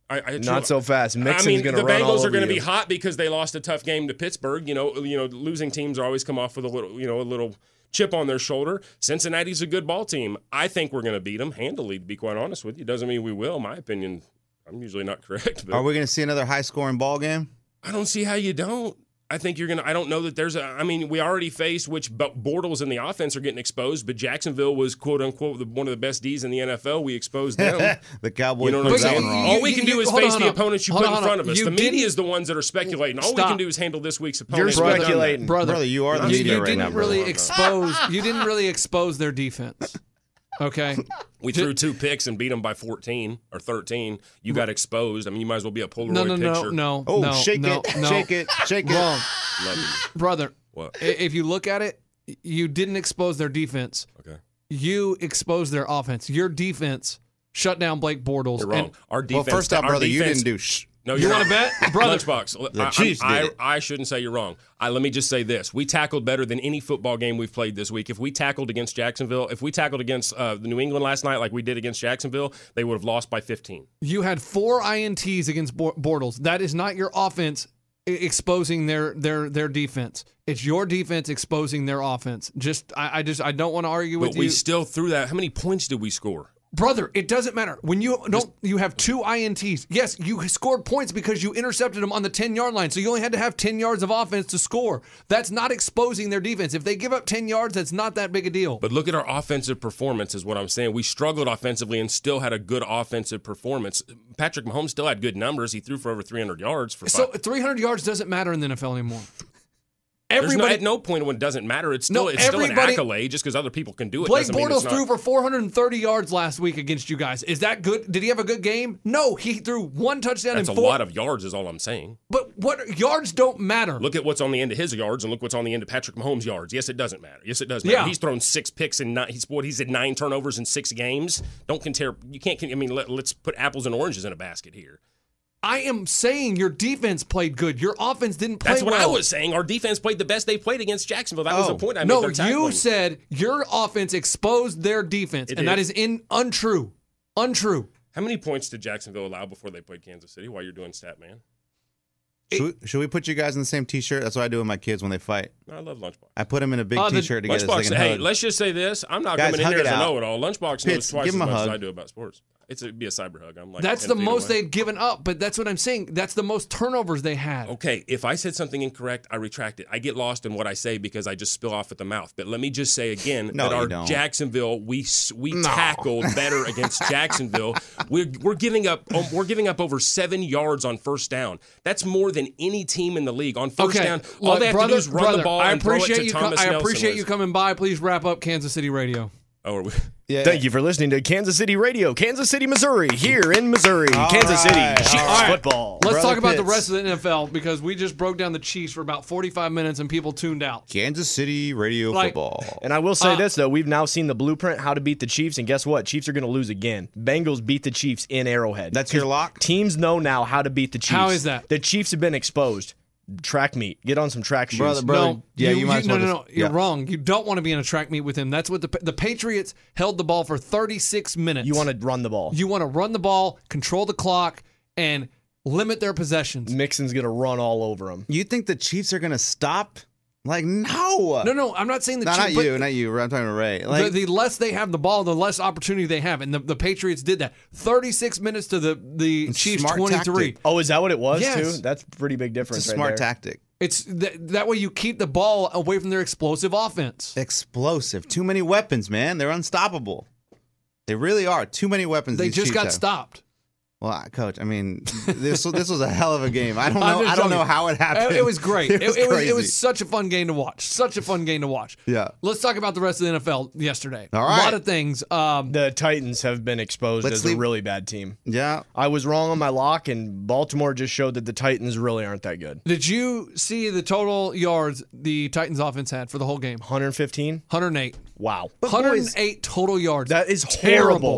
S4: I, I
S1: Not so fast. Mixon's
S4: I mean,
S1: gonna
S4: the
S1: run all
S4: Bengals
S1: over
S4: are going to
S1: you.
S4: be hot because they lost a tough game to Pittsburgh. You know, you know, losing teams are always come off with a little, you know, a little chip on their shoulder. Cincinnati's a good ball team. I think we're going to beat them handily. To be quite honest with you, doesn't mean we will. My opinion. I'm usually not (laughs) correct, but
S3: Are we going to see another high scoring ball game?
S4: I don't see how you don't. I think you're gonna. I don't know that there's a. I mean, we already faced which B- Bortles and the offense are getting exposed, but Jacksonville was quote unquote the, one of the best D's in the NFL. We
S1: (laughs)
S4: exposed them.
S3: the Cowboys
S4: You know what
S3: put
S2: But
S3: that
S4: I'm
S3: one
S4: saying?
S2: you-
S3: wrong.
S4: all we
S2: you-
S4: can
S2: you-
S4: do is
S2: hold
S4: face
S2: on,
S4: the
S2: hold on.
S4: opponents you
S2: Hold
S4: put
S2: on,
S4: in
S2: hold
S4: front
S2: on.
S4: of us.
S2: You
S4: the media
S2: didn't-
S4: is the ones that are speculating. All we
S2: Stop.
S4: can do is handle this week's
S1: You're
S4: opponent. We've done that.
S1: speculating,
S2: brother.
S3: Brother, you are the
S2: you,
S3: media
S2: you
S3: right
S2: didn't
S3: now, brother.
S2: really expose you didn't really expose their defense
S3: (laughs)
S2: okay
S4: We threw two picks and beat them by 14 or 13. You got exposed. I mean, you might as well be a Polaroid
S2: no no no
S4: picture.
S2: no
S3: Oh,
S2: no,
S3: shake
S2: no,
S3: it,
S1: (laughs)
S2: no.
S3: shake it, shake it.
S2: wrong
S4: Love you.
S2: brother.
S4: What?
S2: i- If you look at it, you didn't expose their defense.
S4: Okay.
S2: You exposed their offense. Your defense shut down Blake Bortles.
S4: You're wrong.
S2: and-
S4: Our defense.
S3: Well, first off,
S4: our
S3: brother, you
S4: defense-
S3: didn't do shh.
S4: No,
S2: You
S4: you're
S2: wanna
S4: wrong.
S2: bet? Brother.
S4: Lunchbox.
S3: The
S4: I,
S3: Chiefs
S4: I,
S3: did it.
S4: I shouldn't say you're wrong. I, let me just say this: we tackled better than any football game we've played this week. If we tackled against Jacksonville, if we tackled against uh, the New England last night, like we did against Jacksonville, they would have lost by 15.
S2: You had four ints against Bor- Bortles. That is not your offense i- exposing their their their defense. It's your defense exposing their offense. Just I, I just I don't want to argue
S4: But
S2: with
S4: we
S2: you,
S4: still threw that. How many points did we score?
S2: brother. It doesn't matter when you don't. You have two ints. Yes, you scored points because you intercepted them on the ten yard line. So you only had to have ten yards of offense to score. That's not exposing their defense. If they give up ten yards, that's not that big a deal.
S4: But look at our offensive performance, is what I'm saying. We struggled offensively and still had a good offensive performance. Patrick Mahomes still had good numbers. He threw for over 300 yards for
S2: so
S4: five.
S2: 300 yards doesn't matter in the NFL anymore.
S4: There's no,
S2: Everybody,
S4: at no point when it doesn't matter. It's still
S2: No,
S4: it's still an
S2: everybody-
S4: accolade just because other people can do it.
S2: Blake
S4: doesn't mean it's
S2: Bortles
S4: not-
S2: threw for 430 yards last week against you guys. Is that good? Did he have a good game? No, he threw one touchdown
S4: That's a
S2: and four.
S4: lot of yards, is all I'm saying.
S2: but what yards don't matter.
S4: Look at what's on the end of his yards and look what's on the end of Patrick Mahomes' yards. Yes, it doesn't matter. Yes, it does matter.
S2: Yeah.
S4: He's thrown six picks and nine. He's what? He's had nine turnovers in six games. Don't compare. You can't. con- I mean, let, let's put apples and oranges in a basket here.
S2: I am saying your defense played good. Your offense didn't play
S4: That's what
S2: well.
S4: I was saying. Our defense played the best they played against Jacksonville. That was
S3: Oh.
S4: the point I
S2: no,
S4: made. They're
S2: you
S4: tackling.
S2: said your offense exposed their defense,
S4: It
S2: and that
S4: did.
S2: is in untrue, untrue.
S4: How many points did Jacksonville allow before they played Kansas City? While you're doing stat, man.
S3: Should we, should we put you guys in the same T-shirt? That's what I do with my kids when they fight.
S4: I love Lunchbox.
S3: I put them in a big
S2: Oh, the-
S3: T-shirt together. so they
S4: Lunchbox.
S3: can
S4: hey,
S3: hug.
S4: let's just say this. I'm not
S3: Guys,
S4: coming in
S3: hug
S4: here
S3: it
S4: as a
S3: out.
S4: know-it-all. Lunchbox knows
S3: Pitts,
S4: twice
S3: give
S4: as
S3: him a
S4: much as
S3: hug.
S4: I do about sports. It's it'd be a cyber hug. I'm like
S2: That's
S4: 10
S2: the
S4: feet
S2: most
S4: away.
S2: they'd given up, but that's what I'm saying. That's the most turnovers they had.
S4: Okay, if I said something incorrect, I retract it. I get lost in what I say because I just spill off at the mouth. But let me just say again
S3: No,
S4: that
S3: you
S4: our
S3: don't.
S4: Jacksonville, we s- we
S2: (laughs)
S4: tackled better against Jacksonville. We're we're giving up um, we're giving up over seven yards on first down. That's more than any team in the league on first
S2: okay,
S4: down. All
S2: look,
S4: they have
S2: brother,
S4: to do is run
S2: brother,
S4: the ball
S2: I
S4: and throw
S2: appreciate
S4: it to
S2: you. co-
S4: Thomas
S2: I
S4: Nelson
S2: appreciate
S4: was-
S2: you coming by. Please wrap up Kansas City Radio.
S4: Oh, are we-
S3: yeah.
S1: Thank you for listening to Kansas City Radio, Kansas City, Missouri, here in Missouri, Kansas
S3: right,
S1: City, Chiefs
S3: all right.
S1: football.
S2: Let's
S3: Brother
S2: talk about the rest
S3: Pitts.
S2: of the NFL because we just broke down the Chiefs for about 45 minutes and people tuned out.
S3: Kansas City radio
S2: Like-
S3: football.
S1: And I will say this though, we've now seen the blueprint how to beat the Chiefs, and guess what? Chiefs are going to lose again. Bengals beat the Chiefs in Arrowhead.
S3: That's your lock?
S1: Teams know now how to beat the Chiefs.
S2: How is that?
S1: The Chiefs have been exposed. Track meet. Get on some track shoes.
S3: Brother, bro-
S2: No,
S3: yeah,
S2: you,
S3: you might as well
S2: no, no,
S3: just-
S2: no. You're
S3: yeah.
S2: wrong. You don't want to be in a track meet with him. That's what the the Patriots held the ball for 36 minutes.
S1: you want to run the ball.
S2: you want to run the ball, control the clock, and limit their possessions.
S1: Mixon's going to run all over them.
S3: You think the Chiefs are gonna stop? Like no,
S2: No, no, I'm not saying the
S3: no, not
S2: Chiefs. but
S3: you, not you. I'm talking to Ray.
S2: the,
S3: Like
S2: the less they have the ball, the less opportunity they have, and the, the Patriots did that. 36 minutes to the the Chiefs
S3: smart
S2: 23.
S3: tactic.
S1: Oh, is that what it was
S2: Yes.
S1: too? That's pretty big difference.
S3: it's a
S1: right
S3: smart
S1: there.
S3: tactic.
S2: It's th- that way you keep the ball away from their explosive offense.
S3: Explosive. Too many weapons, man. They're unstoppable. They really are. Too many weapons.
S2: They
S3: these
S2: just
S3: Chiefs
S2: got
S3: have.
S2: stopped.
S3: Well, I- coach, I mean, this this was a hell of a game. I don't
S2: (laughs)
S3: know.
S2: I'm
S3: I
S2: just
S3: don't know
S2: joking.
S3: how (laughs) it happened.
S2: It, it was great. It, it was, it, was,
S3: crazy.
S2: such a fun game to watch. Such a fun game to watch.
S3: Yeah.
S2: Let's talk about the rest of the NFL yesterday. A
S3: All
S2: lot
S3: right.
S2: of things. Um,
S1: The Titans have been exposed
S3: Let's
S1: as
S3: leave-
S1: a really bad team.
S3: Yeah.
S1: I was wrong on my lock, and Baltimore just showed that the Titans really aren't that good.
S2: did you see the total yards the Titans offense had for the whole game?
S1: 115.
S2: 108.
S1: Wow.
S3: boys-
S2: 108 total yards.
S1: That is
S2: Terrible.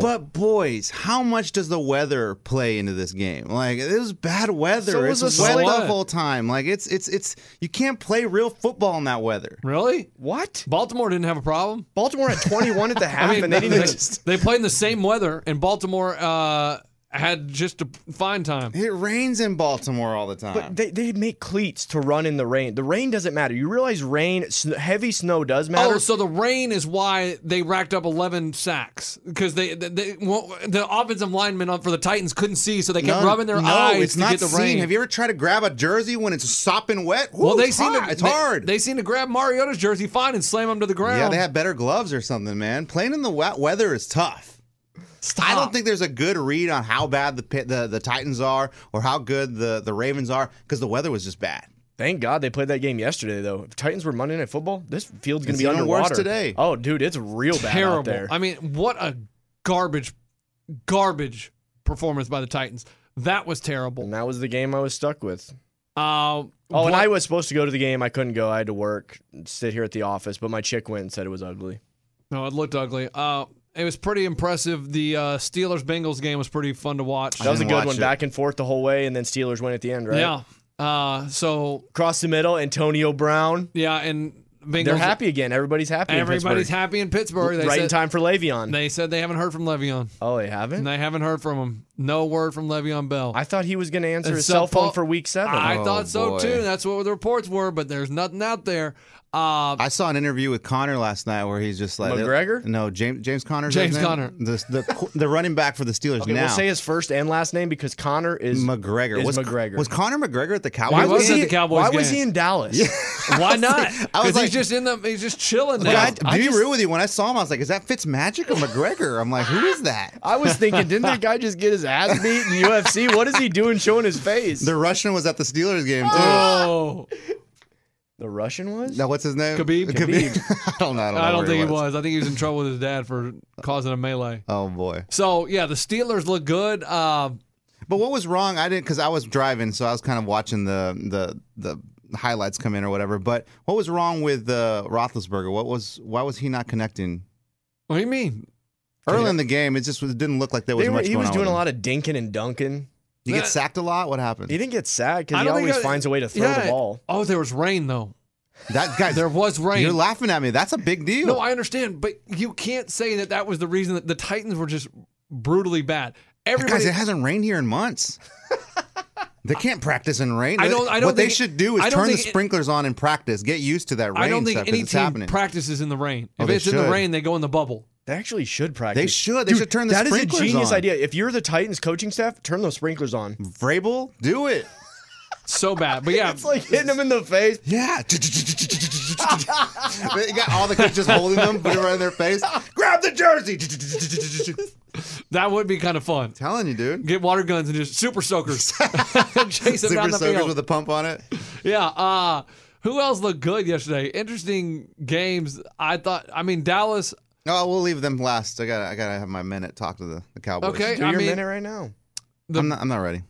S1: terrible.
S3: But boys, how much does the weather play into this game? Like it was bad weather.
S1: So
S3: it's
S1: was the
S3: wet
S2: sun.
S3: the whole time. Like it's it's it's you can't play real football in that weather.
S2: really?
S1: what?
S2: Baltimore didn't have a problem.
S1: Baltimore had 21 at the half, and they didn't
S2: (laughs) they,
S1: even.
S2: they played in the same weather, and Baltimore uh, had just a fine time.
S3: It rains in Baltimore all the time.
S1: But they, they make cleats to run in the rain. The rain doesn't matter. You realize rain, sn- heavy snow does matter.
S2: Oh, so the rain is why they racked up 11 sacks because they, they, they won't- the offensive linemen up for the Titans couldn't see, so they kept rubbing their
S3: no,
S2: eyes
S3: it's
S2: to
S3: not
S2: get the
S3: seen.
S2: rain.
S3: Have you ever tried to grab a jersey when it's sopping wet? Woo,
S2: well, they
S3: it's
S2: seem
S3: hard.
S2: to
S3: it's
S2: they,
S3: hard.
S2: They seem to grab Mariota's jersey fine and slam him to the ground.
S3: yeah, they had better gloves or something, man. Playing in the wet weather is tough.
S2: Stop.
S3: I don't think there's a good read on how bad the Pit- the, the Titans are or how good the, the Ravens are because the weather was just bad.
S1: Thank God they played that game yesterday, though. If Titans were Monday Night Football, this field's going
S3: It's
S1: to be
S3: even worse
S1: underwater
S3: today.
S1: Oh, dude, it's real bad out
S2: terrible.
S1: there.
S2: I mean, what a garbage, garbage performance by the Titans. That was terrible.
S1: and that was the game I was stuck with.
S2: Uh,
S1: Oh, and
S2: what-
S1: I was supposed to go to the game. I couldn't go. I had to work, sit here at the office. But my chick went and said it was ugly.
S2: No, it looked ugly. Uh, it was pretty impressive. The uh, Steelers Bengals game was pretty fun to watch.
S1: That was a
S3: didn't
S1: good
S3: watch
S1: one.
S3: it.
S1: Back and forth the whole way, and then Steelers win at the end, right?
S2: Yeah. Uh, so
S1: Across the middle, Antonio Brown.
S2: yeah, and Bengals.
S1: They're happy again. Everybody's happy. in
S2: Everybody's
S1: Pittsburgh.
S2: happy in Pittsburgh. They
S1: right in
S2: said,
S1: time for Le'Veon.
S2: They said they haven't heard from Le'Veon.
S1: oh, they haven't.
S2: And they haven't heard from him. No word from Le'Veon Bell.
S1: I thought he was going to answer
S2: And
S1: his
S2: so
S1: cell phone
S2: Paul-
S1: for Week Seven.
S2: I
S3: Oh,
S2: thought so
S3: boy.
S2: too. That's what the reports were, but there's nothing out there. Uh,
S3: I saw an interview with Connor last night where he's just like
S1: McGregor?
S3: No, James James Connor. is that
S2: James
S3: his name?
S2: Conner.
S3: the, the the running back for the Steelers
S1: okay,
S3: now.
S1: we'll say his first and last name because Connor is
S3: McGregor
S1: Is
S3: was
S1: McGregor.
S3: was Connor McGregor at the Cowboys?
S2: Why
S3: game?
S2: was at the Cowboys
S1: Why was
S2: game.
S1: he in Dallas?
S2: why not?
S3: I was
S2: Because he's
S3: like-
S2: just in the. He's just chilling
S3: Dude,
S2: now.
S3: I, to be real with you, when I saw him, I was like, "Is that Fitzmagic or McGregor?" I'm like, "Who is that?"
S1: I was thinking, didn't that guy just get his ass beat
S3: (laughs)
S1: in UFC? What is he doing showing his face?
S3: The Russian was at the Steelers game too.
S2: Oh,
S1: The Russian was?
S3: Now what's his name?
S2: Khabib.
S3: (laughs) I don't know. I don't, know
S2: I don't
S3: where
S2: think he was. I think he was in trouble with his dad for causing a melee.
S3: Oh boy.
S2: So yeah, the Steelers look good. Uh,
S3: But what was wrong? I didn't because I was driving, so I was kind of watching the the the highlights come in or whatever. But what was wrong with uh, Roethlisberger? What was why was he not connecting
S2: what do you mean?
S3: early in the game? It just was, it didn't look like there was
S1: They were-
S3: much.
S1: he
S3: going
S1: was
S3: on
S1: doing
S3: with
S1: a
S3: him.
S1: lot of dinking and dunking.
S3: Did he get sacked a lot? What happened?
S1: He didn't get sacked because
S2: I
S1: he
S2: don't think
S1: always
S2: I-
S1: finds a way to throw
S2: yeah.
S1: the ball.
S2: Oh, there was rain though.
S3: that guy.
S2: There was rain.
S3: You're laughing at me. That's a big deal.
S2: No, I understand, but you can't say that that was the reason that the Titans were just brutally bad.
S3: Guys,
S2: Everybody,
S3: it hasn't rained here
S2: (laughs)
S3: in months. They can't practice in rain.
S2: I don't- I don't
S3: what they
S2: think-
S3: should do
S2: I
S3: is
S2: don't
S3: turn the
S2: think it-
S3: sprinklers on and practice. Get used to that rain
S2: I don't think
S3: stuff 'cause
S2: any
S3: it's
S2: team
S3: happening.
S2: practices in the rain.
S3: Oh,
S2: if
S3: they
S2: it's in the
S3: should.
S2: rain, they go in the bubble.
S1: They actually should practice.
S3: they should. They
S1: Dude,
S3: should turn the
S1: that is a
S3: sprinklers
S1: genius
S3: on. Mm.
S1: idea. If you're the Titans coaching staff, turn those sprinklers on.
S3: Vrabel, do it.
S2: So bad,
S3: (laughs)
S2: but yeah,
S1: It's like hitting them in the face.
S3: Yeah. they got all the kids just holding them, putting it right in their face. Grab the jersey.
S2: that would be kind of fun.
S3: (laughs) Telling you, dude.
S2: Get water guns and just super soakers, chase them down
S3: Super
S2: the
S3: soakers
S2: field.
S3: with a pump on it.
S2: Yeah. Uh, who else looked good yesterday? Interesting games. I thought. I mean, Dallas.
S3: No, Oh, we'll leave them last. I gotta, I gotta have my minute talk to the, the Cowboys.
S2: Okay.
S1: Do
S2: I
S1: your
S2: mean,
S1: minute right now.
S3: I'm not, I'm not ready.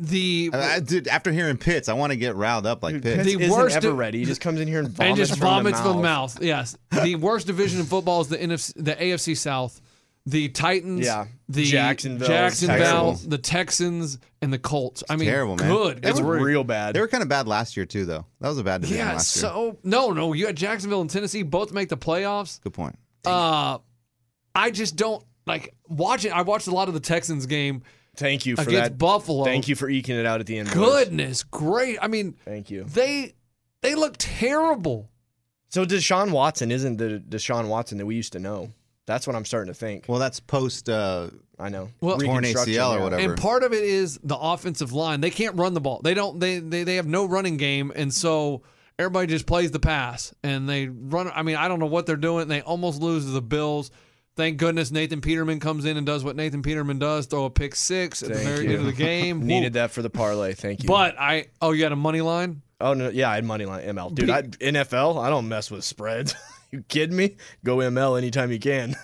S2: the
S3: I, I, dude, after hearing Pitts, I want to get riled up like Pitts.
S1: Pitts
S2: The
S1: isn't
S2: worst
S1: ever
S2: of-
S1: ready. He just comes in here and vomits
S2: and just
S1: from
S2: vomits
S1: the mouth.
S2: Yes. The worst division in football is the NFC, the AFC South. The Titans.
S1: Yeah.
S2: The
S1: Jacksonville,
S2: Jacksonville,
S3: Texans.
S2: the Texans, and the Colts. I mean,
S3: terrible, man.
S2: good.
S1: It's
S2: grief.
S1: real bad.
S3: They were kind of bad last year too, though. That was a bad division
S2: Yeah.
S3: last year.
S2: So no, no. You had Jacksonville and Tennessee both make the playoffs.
S3: Good point.
S2: Uh, I just don't like watching. I watched a lot of the Texans game
S1: Thank you for
S2: against
S1: that.
S2: Buffalo.
S1: Thank you for eking it out at the end. boys.
S2: Goodness, great. I mean,
S1: Thank you.
S2: they they look terrible.
S1: So Deshaun Watson isn't the Deshaun Watson that we used to know. That's what I'm starting to think.
S3: Well, that's post uh,
S1: I know.
S2: Well-
S3: torn
S1: Reconstruction,
S3: ACL or
S1: yeah.
S3: whatever.
S2: And part of it is the offensive line. They can't run the ball. They don't. They they, they have no running game, and so everybody just plays the pass and they run. I mean, I don't know what they're doing. They almost lose to the Bills. Thank goodness Nathan Peterman comes in and does what Nathan Peterman does: throw a pick six at the
S1: Thank
S2: very
S1: you.
S2: end of
S1: (laughs)
S2: the game.
S1: Needed that for the parlay. Thank you.
S2: But I oh, you had a money line.
S1: oh no, yeah, I had money line ML, dude. I, NFL, I don't mess with spreads. (laughs) you kidding me? Go ML anytime you can.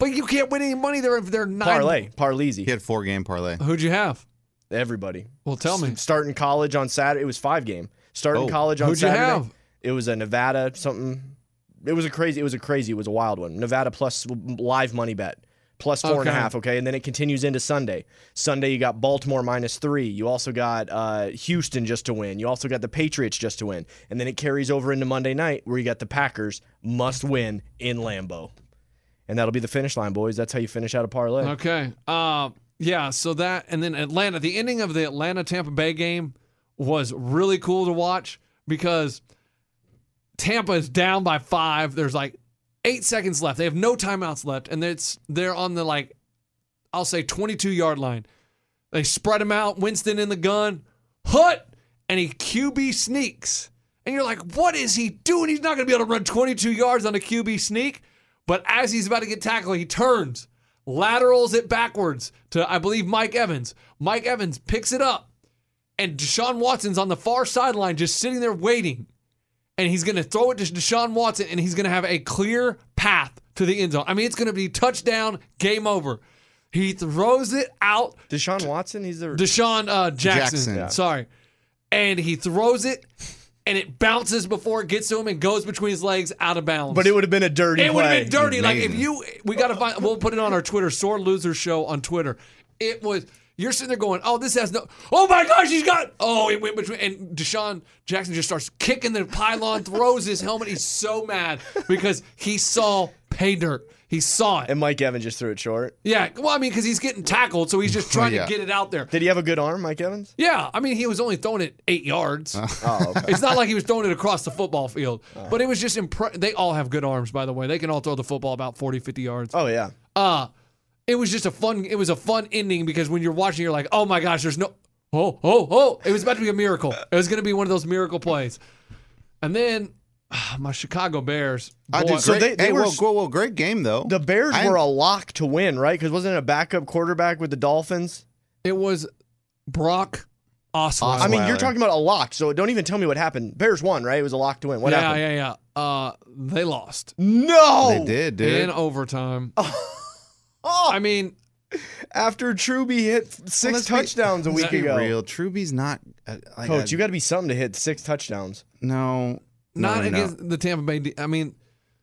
S2: But you can't win any money there if they're nine.
S1: Parlay,
S3: he
S1: parleasy,
S3: had four game parlay.
S2: Who'd you have?
S1: everybody.
S2: Well,
S1: (laughs)
S2: tell me.
S1: Starting college on Saturday. It was five game. Starting
S3: Oh.
S1: college on
S2: Who'd you
S1: Saturday.
S2: have?
S1: It was a Nevada something. It was a crazy. It was a crazy. It was a wild one. Nevada plus live money bet plus four and a
S2: Okay.
S1: half. Okay, and then it continues into Sunday. Sunday you got Baltimore minus three. You also got uh, Houston just to win. You also got the Patriots just to win. And then it carries over into Monday night where you got the Packers must win in Lambeau. And that'll be the finish line, boys. That's how you finish out a parlay.
S2: Okay. Uh, yeah. So that, and then Atlanta. The ending of the Atlanta Tampa Bay game was really cool to watch because Tampa is down by five. There's like eight seconds left. They have no timeouts left, and it's they're on the like, I'll say 22 yard line. They spread him out. Winston in the gun. Hut, and he QB sneaks. And you're like, what is he doing? He's not going to be able to run 22 yards on a QB sneak. But as he's about to get tackled, he turns, laterals it backwards to, I believe, Mike Evans. Mike Evans picks it up, and Deshaun Watson's on the far sideline just sitting there waiting. And he's going to throw it to Deshaun Watson, and he's going to have a clear path to the end zone. I mean, it's going to be touchdown, game over. He throws it out.
S1: Deshaun Watson, he's the
S2: Deshaun uh, Jackson.
S3: Jackson.
S2: Sorry. and he throws it, and it bounces before it gets to him and goes between his legs out of bounds.
S1: But it would have been a dirty
S2: It would have
S1: play.
S2: been dirty. Like if
S3: Amazing.
S2: you, we gotta find. We'll put it on our Twitter. Sore loser show on Twitter. It was. You're sitting there going, "Oh, this has no. Oh my gosh, he's got. Oh, it went between." And Deshaun Jackson just starts kicking the pylon, throws his helmet. He's so mad because he saw pay dirt. He saw it.
S1: And Mike Evans just threw it short.
S2: Yeah. Well, I mean, because he's getting tackled, so he's just trying
S3: Yeah.
S2: to get it out there.
S1: Did he have a good arm, Mike Evans?
S2: Yeah. I mean, he was only throwing it
S1: (laughs)
S2: eight yards.
S1: Oh, okay.
S2: It's not like he was throwing it across the football field,
S1: Uh.
S2: but it was just impressive. They all have good arms, by the way. They can all throw the football about 40, 50 yards.
S1: oh yeah.
S2: Uh, it was just a fun. It was a fun ending because when you're watching, you're like, oh my gosh, there's no. Oh, oh, oh! It was about to be a miracle. It was going to be one of those miracle plays, and then (sighs) my Chicago Bears.
S3: I
S2: boy-
S3: do.
S1: So
S3: great-
S1: they- they
S3: hey,
S1: were
S3: well,
S1: s-
S3: well, well, great game though.
S1: The Bears
S3: I-
S1: were a lock to win, right? Because wasn't it a backup quarterback with the Dolphins?
S2: It was Brock Osweiler.
S3: Osweiler.
S1: I mean, you're
S3: Osweiler.
S1: talking about a lock, so don't even tell me what happened. Bears won, right? It was a lock to win. What
S2: yeah,
S1: happened?
S2: yeah, yeah. Uh, they lost Oh,
S1: No.
S3: They did, dude.
S2: in overtime.
S1: Oh.
S2: I mean,
S1: (laughs) After Truby hit six
S3: let's be-
S1: touchdowns a week
S3: Be
S1: ago.
S3: real. Truby's not. Uh, like
S1: Coach,
S3: a-
S1: you got to be something to hit six touchdowns.
S3: no. no,
S2: not
S3: no, no.
S2: against the Tampa Bay. De- I mean, (sighs)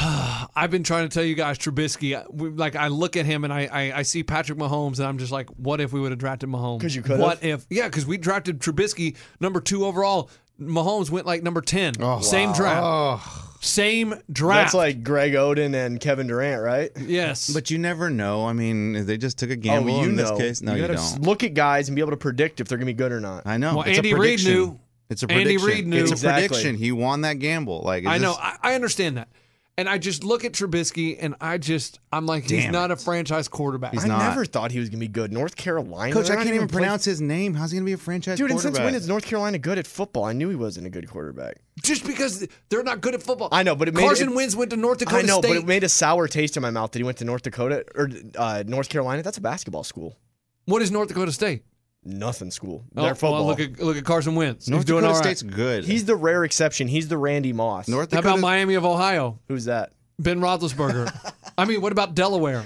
S2: I've been trying to tell you guys Trubisky. I- we- Like I look at him and I, I I see Patrick Mahomes and I'm just like, what if we would have drafted Mahomes?
S1: 'Cause you could've.
S2: What if? Yeah, because we drafted Trubisky number two overall. Mahomes went like number ten.
S3: Oh,
S2: Same draft.
S3: Oh.
S2: Same draft.
S1: That's like Greg Oden and Kevin Durant, right?
S2: yes.
S3: But you never know. I mean, they just took a gamble
S1: oh, you
S3: in
S1: know.
S3: this case. No, you,
S1: you gotta
S3: don't.
S1: s- look at guys and be able to predict if they're gonna be good or not.
S3: I know.
S2: Well,
S3: it's
S2: Andy
S3: a
S2: Reid
S3: prediction.
S2: knew.
S3: It's a
S2: Andy
S3: prediction.
S2: Reid knew.
S3: It's a
S1: Exactly.
S3: prediction. He won that gamble. Like it's
S2: I know.
S3: just-
S2: I, I understand that. And I just look at Trubisky and I just I'm like, he's
S3: Damn
S2: not a franchise quarterback.
S3: He's
S1: I
S3: not.
S1: never thought he was gonna be good. North Carolina,
S3: Coach,
S1: they're
S3: I
S1: not
S3: can't even
S1: play-
S3: pronounce his name. How's he gonna be a franchise
S1: Dude, and since
S3: quarterback?
S1: when is North Carolina good at football? I knew he wasn't a good quarterback.
S2: just because they're not good at football.
S1: I know, but it made
S2: Carson
S1: it-
S2: Wentz went to North Dakota
S1: I know,
S2: State.
S1: but it made a sour taste in my mouth that he went to North Dakota or uh, North Carolina. That's a basketball school.
S2: what is North Dakota State?
S1: Nothing school.
S2: Oh,
S1: They're football.
S2: well, look at look at Carson Wentz. He's
S3: North
S2: doing
S3: Dakota
S2: all right.
S3: State's good.
S1: He's the rare exception. He's the Randy Moss.
S3: North
S2: How
S3: Dakota.
S2: about Miami of Ohio?
S1: Who's that?
S2: Ben Roethlisberger.
S3: (laughs)
S2: I mean, what about Delaware?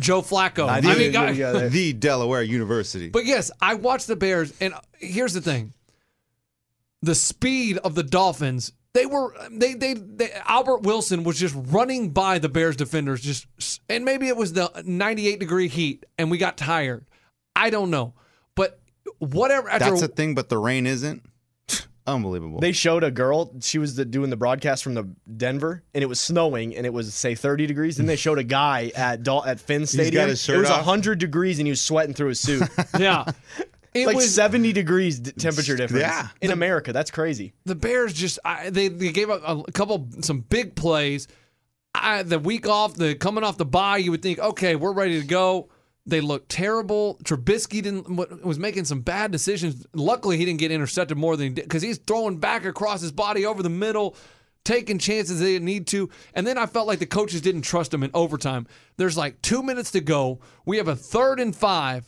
S2: Joe Flacco. I
S1: knew
S2: mean,
S1: you
S2: guy-
S1: were gonna go there.
S3: (laughs) the Delaware University.
S2: but yes, I watched the Bears, and here's the thing: the speed of the Dolphins. They were they, they they Albert Wilson was just running by the Bears defenders, just and maybe it was the 98 degree heat, and we got tired. I don't know, but whatever. After
S3: That's a thing, but the rain isn't. (sighs)
S1: (laughs)
S3: Unbelievable.
S1: They showed a girl. She was the, doing the broadcast from the Denver, and it was snowing, and it was say 30 degrees. Then they showed a guy at Dal- at Finn Stadium.
S3: his
S1: it
S3: shirt
S1: was
S3: off.
S1: 100 degrees, and he was sweating through his (laughs) suit.
S2: (laughs)
S3: (laughs)
S2: yeah. It
S1: like
S2: was
S1: 70 degrees d- temperature difference.
S3: Yeah.
S1: in America, that's crazy.
S2: the Bears just I, they they gave up a couple some big plays. I, the week off, the coming off the bye, you would think, okay, we're ready to go. They looked terrible. Trubisky didn't wa- was making some bad decisions. Luckily, he didn't get intercepted more than he did because he's throwing back across his body over the middle, taking chances they didn't need to. And then I felt like the coaches didn't trust him in overtime. There's like two minutes to go. We have a third and five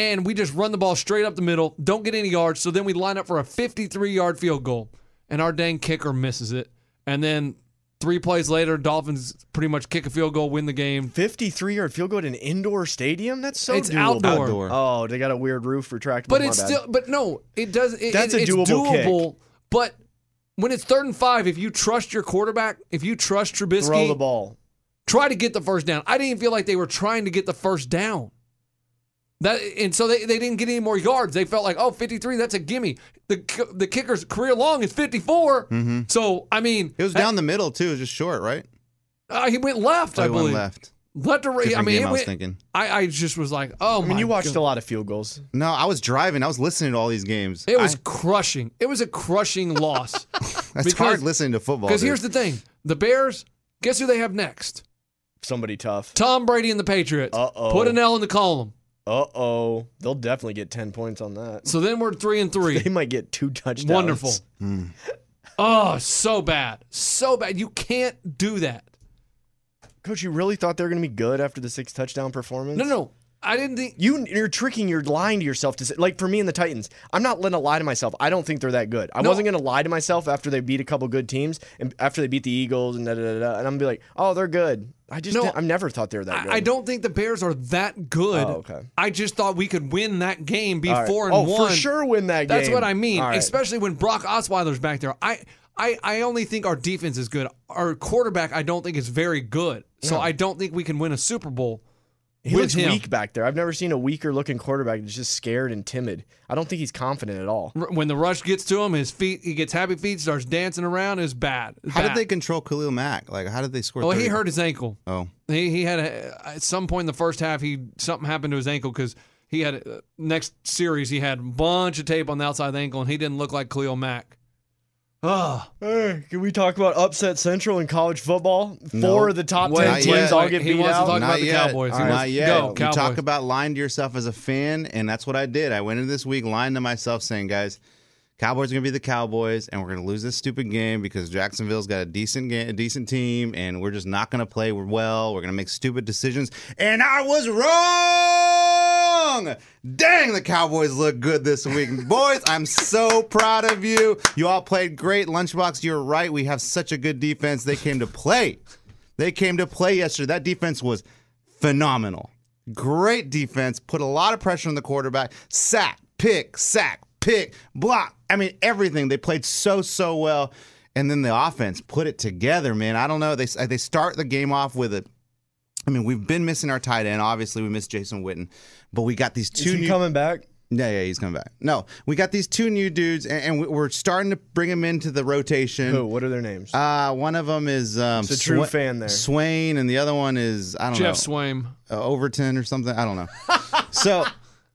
S2: and we just run the ball straight up the middle, don't get any yards. So then we line up for a 53 yard field goal, and our dang kicker misses it. And then three plays later, Dolphins pretty much kick a field goal, win the
S1: Oh,
S2: game.
S1: 53 yard field goal at an indoor stadium. That's so
S2: It's
S1: doable.
S2: outdoor.
S3: Outdoor.
S1: Oh, they got a weird roof retractable.
S2: But
S1: my
S2: it's
S1: bad.
S2: still, but no, it does. It,
S1: That's
S2: it-
S1: a
S2: it's
S1: doable kick.
S2: doable. But when it's third and five, if you trust your quarterback, if you trust Trubisky,
S1: throw the
S2: Oh
S1: ball.
S2: try to get the first down. I didn't even feel like they were trying to get the first down. That and so they, they didn't get any more yards. They felt like, oh, 53, that's a gimme. The ki- the kicker's career long is 54. So I mean,
S3: Mm-hmm. it was down the middle too. It was just short, right?
S2: uh, he went left,
S3: Oh,
S2: I
S3: he went
S2: believe.
S3: left.
S2: Left to right. I
S3: Different
S2: mean,
S3: game
S2: it
S3: I was
S2: went-
S3: thinking.
S2: I, I just was like, oh
S1: I
S2: my.
S1: mean, you watched
S2: God.
S1: a lot of field goals.
S3: No, I was driving. I was listening to all these games.
S2: It was
S3: I-
S2: crushing. It was a
S3: (laughs)
S2: crushing loss.
S3: that's
S2: because-
S3: hard listening to football.
S2: Because
S3: dude.
S2: here's the thing: the Bears. Guess who they have next?
S1: Somebody tough.
S2: Tom Brady and the Patriots.
S1: Uh-oh.
S2: Put an L in the column.
S1: Uh oh, they'll definitely get 10 points on that.
S2: So then we're three and three.
S1: They might get two touchdowns.
S2: Wonderful. Oh, so bad. So bad. You can't do that.
S1: Coach, you really thought they were going to be good after the six touchdown performance?
S2: No, no, no. I didn't think.
S1: You, you're tricking, you're lying to yourself to say, like for me and the Titans, I'm not letting a lie to myself. I don't think they're that good. I wasn't going to lie to myself after they beat a couple good teams and after they beat the Eagles and da da da. da and I'm gonna be like, oh, they're good. I just,
S2: No,
S1: I've never thought they were that good.
S2: I I don't think the Bears are that good.
S1: Oh, okay.
S2: I just thought we could win that game, be
S1: All right.
S2: four and
S1: oh,
S2: one.
S1: for sure win that game.
S2: That's what I mean,
S1: All right.
S2: especially when Brock Osweiler's back there. I, I, I only think our defense is good. Our quarterback, I don't think is very good. So I don't think we can win a Super Bowl
S1: He
S2: with
S1: looks
S2: him.
S1: weak back there. I've never seen a weaker looking quarterback that's just scared and timid. I don't think he's confident at all.
S2: R- When the rush gets to him, his feet, he gets happy feet, starts dancing around. Is bad. It's
S3: How did
S2: bad.
S3: they control Khalil Mack? Like, how did they score?
S2: Well, he
S3: 30?
S2: hurt his ankle.
S3: Oh,
S2: He he had a, at some point in the first half he something happened to his ankle because he had uh, next series he had a bunch of tape on the outside of the ankle and he didn't look like Cleo Mack. Ugh.
S1: Hey, can we talk about upset central in college football? Four of the top
S2: Wait,
S1: ten
S3: not
S1: teams
S3: yet.
S1: all get
S2: He
S1: beat
S2: wants to
S1: out.
S2: talk- about
S3: not
S2: the
S3: yet.
S2: Cowboys. He
S3: Not
S2: wants-
S3: yet.
S2: Go,
S3: you
S2: Cowboys.
S3: talk about lying to yourself as a fan, and that's what I did. I went into this week lying to myself, saying, "Guys, Cowboys are gonna be the Cowboys, and we're gonna lose this stupid game because Jacksonville's got a decent game, a decent team, and we're just not gonna play well. We're gonna make stupid decisions." And I was wrong. Dang, the Cowboys look good this week, (laughs) boys. I'm so proud of you. You all played great. Lunchbox, you're right. We have such a good defense. They came to play. They came to play yesterday. That defense was phenomenal. Great defense, put a lot of pressure on the quarterback. Sack, pick, sack, pick, block. I mean, everything. They played so, so well. And then the offense put it together, man. I don't know. They, they start the game off with a. I mean, we've been missing our tight end. Obviously, we missed Jason Witten, but we got these two
S1: Is he
S3: new
S1: coming back?
S3: yeah, yeah, he's coming back. No, we got these two new dudes, and, and we- we're starting to bring them into the rotation.
S1: Who? What are their names?
S3: Uh, one of them is um,
S1: It's a true fan there.
S3: Swain, and the other one is I don't know
S2: Jeff Swaim.
S3: uh, Overton or something. I
S2: (laughs)
S3: don't know. so,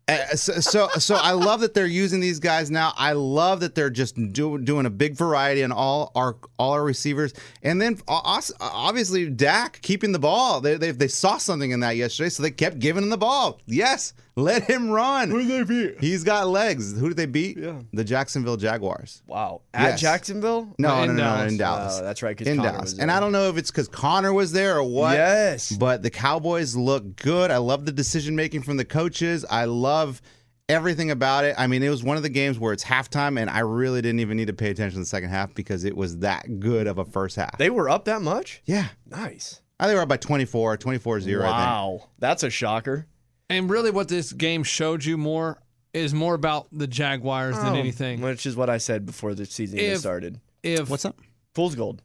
S3: uh, so, so, so I love that they're using these guys now. I love that they're just do, doing a big variety on all our all our receivers, and then o- os- uh, obviously Dak keeping the ball. They, they they saw something in that yesterday, so they kept giving him the ball. Yes, let him run. Who did they beat? He's got legs. Who did they beat? Yeah. the Jacksonville Jaguars.
S1: wow. At
S3: yes.
S1: Jacksonville?
S3: No,
S2: In
S3: no, no, no,
S1: Dallas.
S3: in Dallas.
S1: Oh, that's right, 'cause
S3: in
S1: Connor
S3: Dallas.
S1: was
S3: and
S1: there.
S3: I don't know if it's because Connor was there or what.
S1: Yes.
S3: But the Cowboys look good. I love the decision making from the coaches. I love everything about it. I mean, it was one of the games where it's halftime, and I really didn't even need to pay attention to the second half because it was that good of a first half.
S1: They were up that much?
S3: yeah.
S1: Nice.
S3: I think we're up by 24, 24 0, I think.
S1: Wow. That's a shocker.
S2: And really, what this game showed you more is more about the Jaguars
S1: Oh.
S2: than anything.
S1: Which is what I said before the season even
S2: If-
S1: started.
S2: If if,
S3: up?
S1: Fool's gold.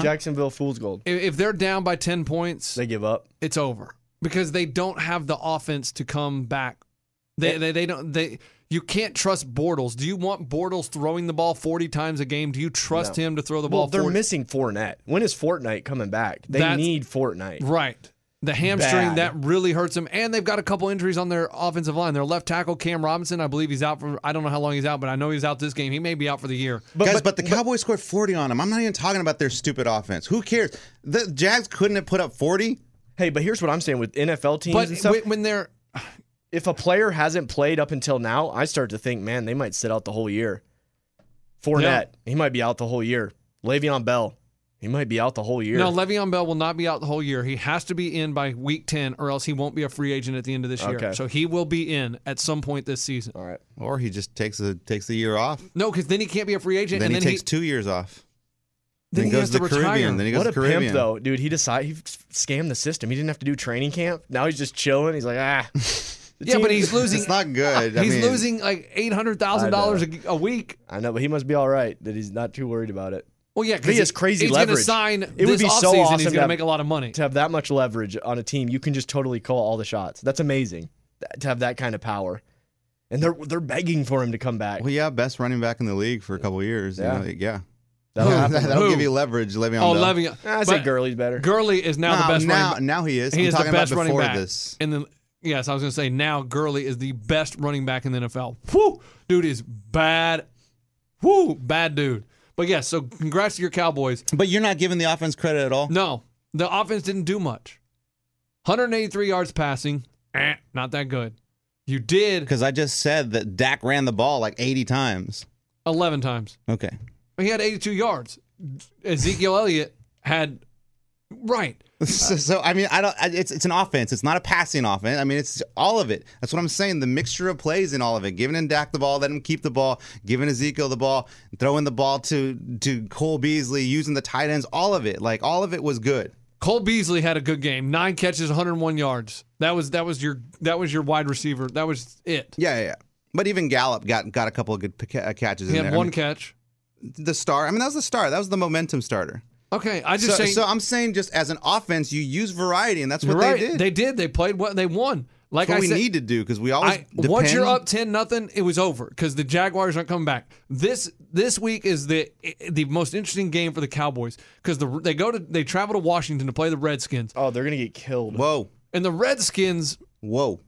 S1: Jacksonville Fool's gold.
S2: if they're down by ten points,
S1: They give up.
S2: it's over because they don't have the offense to come back. They they, they don't they. You can't trust Bortles. Do you want Bortles throwing the ball forty times a game? Do you trust him to throw the
S1: Well,
S2: ball?
S1: they're
S2: 40?
S1: missing Fournette. When is Fortnite coming back? They
S2: That's-
S1: need Fortnite.
S2: Right. The hamstring
S1: Bad.
S2: that really hurts them, and they've got a couple injuries on their offensive line. Their left tackle Cam Robinson, I believe he's out for I don't know how long he's out, but I know he's out this game. He may be out for the year.
S3: Guys, but, the Cowboys scored 40 on them. I'm not even talking about their stupid offense. Who cares? The Jags couldn't have put up 40.
S1: Hey, but here's what I'm saying with NFL teams
S2: But
S1: and stuff.
S2: when- when they're
S1: if a player hasn't played up until now, I start to think, man, they might sit out the whole year. Fournette,
S2: Yeah.
S1: he might be out the whole year. Le'Veon Bell, he might be out the whole year.
S2: no, Le'Veon Bell will not be out the whole year. He has to be in by week ten, or else he won't be a free agent at the end of this year.
S1: Okay.
S2: So he will be in at some point this season.
S1: All right.
S3: Or he just takes the takes the year off.
S2: No, because then he can't be a free agent,
S3: Then,
S2: and
S3: he
S2: then
S3: takes
S2: he,
S3: two years off.
S2: then
S3: Then,
S2: he
S3: goes
S2: has
S3: to the
S2: to retire.
S3: Caribbean. Then he
S1: What
S3: goes to
S1: a
S3: the Caribbean.
S1: pimp, though, dude. He decided he scammed the system. He didn't have to do training camp. Now he's just chilling. He's like,
S3: (laughs)
S1: ah. The
S2: yeah,
S1: team-
S2: but he's losing. (laughs)
S3: It's not (laughs) good. I
S2: he's
S3: mean,
S2: losing like eight hundred thousand dollars a week.
S1: I know, but he must be all right. That he's not too worried about it.
S2: Well, yeah, because
S1: He has crazy
S2: he's going
S1: leverage.
S2: to sign.
S1: It would
S2: this
S1: be so
S2: offseason,
S1: awesome
S2: He's
S1: to
S2: going to
S1: have-
S2: make a lot of money.
S1: To have that much leverage on a team, you can just totally call all the shots. That's amazing. Th- To have that kind of power, and they're they're begging for him to come back.
S3: Well, yeah, best running back in the league for a couple years. you
S1: Yeah.
S3: know, yeah. (laughs)
S1: That'll
S3: That'll,
S1: happen.
S3: that'll
S2: Who?
S3: give you leverage, Le'Veon.
S2: Oh,
S3: Bell.
S2: Le'Veon.
S1: Ah, I say
S2: but
S1: Gurley's better.
S2: Gurley is now
S3: No,
S2: the best
S3: now,
S2: running.
S3: now he is.
S2: He
S3: I'm
S2: is the
S3: talking
S2: best
S3: about
S2: running
S3: before
S2: back.
S3: this.
S2: And then yes, I was going to say now Gurley is the best running back in the NFL. Whoo, dude is bad. Whoo, bad dude. But yes, so congrats to your Cowboys.
S3: But you're not giving the offense credit at all.
S2: No, the offense didn't do much. 183 yards passing, eh, not that good. You did
S3: Because I just said that Dak ran the ball like 80 times.
S2: 11 times.
S3: Okay.
S2: He had 82 yards. Ezekiel Elliott had Right.
S3: (laughs) So, so, I mean, I don't. I- It's it's an offense. It's not a passing offense. I mean, it's all of it. That's what I'm saying. The mixture of plays in all of it. Giving him Dak the ball, letting him keep the ball. Giving Ezekiel the ball, throwing the ball to to Cole Beasley, using the tight ends. All of it. Like all of it was good.
S2: Cole Beasley had a good game. Nine catches, 101 yards. That was that was your that was your wide receiver. That was it.
S3: Yeah, yeah. yeah. But even Gallup got got a couple of good p- ca- catches
S2: He
S3: in
S2: had
S3: there. I
S2: one
S3: mean,
S2: catch.
S3: the star. I mean, that was the star. That was the momentum starter.
S2: Okay, I just
S3: So,
S2: saying.
S3: so I'm saying, just as an offense, you use variety, and that's
S2: you're
S3: what
S2: right.
S3: they did.
S2: They did. They played. What they won. Like
S3: that's what
S2: I
S3: we
S2: said,
S3: need to do because we always
S2: I, once you're
S3: depend-
S2: up ten nothing, it was over because the Jaguars aren't coming back. This this week is the the most interesting game for the Cowboys because the they go to they travel to Washington to play the Redskins
S1: Oh, they're gonna get killed.
S3: Whoa,
S2: and the Redskins
S3: whoa.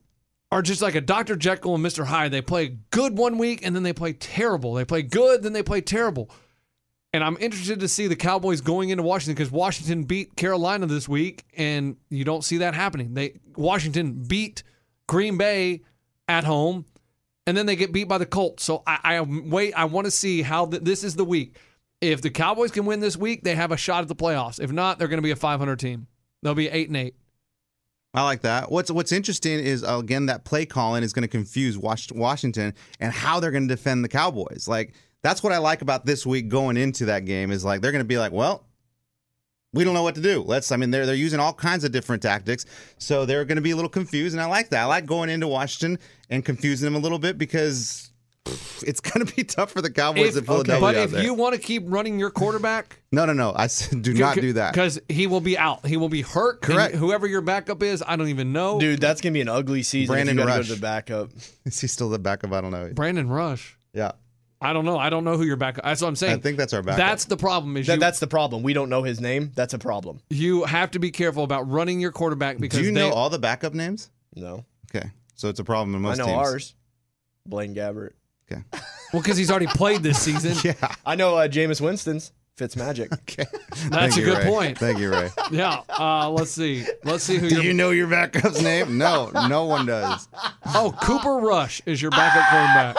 S2: are just like a Dr. Jekyll and Mr. Hyde. They play good one week and then they play terrible. They play good, then they play terrible. And I'm interested to see the Cowboys going into Washington because Washington beat Carolina this week, and you don't see that happening. They Washington beat Green Bay at home, and then they get beat by the Colts. So I, I wait. I want to see how th- this is the week. If the Cowboys can win this week, they have a shot at the playoffs. If not, they're going to be a 500 team. They'll be eight and eight.
S3: I like that. What's What's interesting is again that play calling is going to confuse Wash- Washington and how they're going to defend the Cowboys. Like that's what I like about this week going into that game is like they're going to be like, well, we don't know what to do. Let's. I mean, they're they're using all kinds of different tactics, so they're going to be a little confused. And I like that. I like going into Washington and confusing them a little bit because. (laughs) pff, It's going to be tough for the
S2: If-
S3: Cowboys in Philadelphia.
S2: but
S3: out
S2: if
S3: there.
S2: you want to keep running your quarterback,
S3: No, no, no. I said do not do that.
S2: because he will be out. He will be hurt. and
S3: Correct.
S2: whoever your backup is, I don't even know.
S1: Dude, that's gonna be an ugly season.
S3: Brandon
S1: if you gotta
S3: Rush.
S1: go to the backup.
S3: (laughs) Is he still the backup? I don't know.
S2: Brandon Rush.
S3: Yeah.
S2: I don't know. I don't know who your backup. That's what I'm saying.
S3: I think that's our backup.
S2: That's the problem. Is
S1: That,
S2: you,
S1: that's the problem. We don't know his name. That's a problem.
S2: you have to be careful about running your quarterback because
S3: Do you know
S2: they-
S3: all the backup names?
S1: No,
S3: Okay. So it's a problem in
S1: I
S3: most
S1: know
S3: teams.
S1: ours. Blaine Gabbert. (laughs)
S3: Okay.
S2: well because he's already played
S3: (laughs)
S2: this season.
S3: Yeah.
S1: I know uh, Jameis Winston's Fitzmagic.
S3: (laughs) Okay.
S2: That's
S3: Thank
S2: a
S3: you,
S2: good
S3: Ray.
S2: point.
S3: Thank you, Ray.
S2: Yeah. Uh, let's see. Let's see who
S3: Do
S2: your
S3: you know your backup's name? No, no one does.
S2: oh Cooper Rush is your backup quarterback.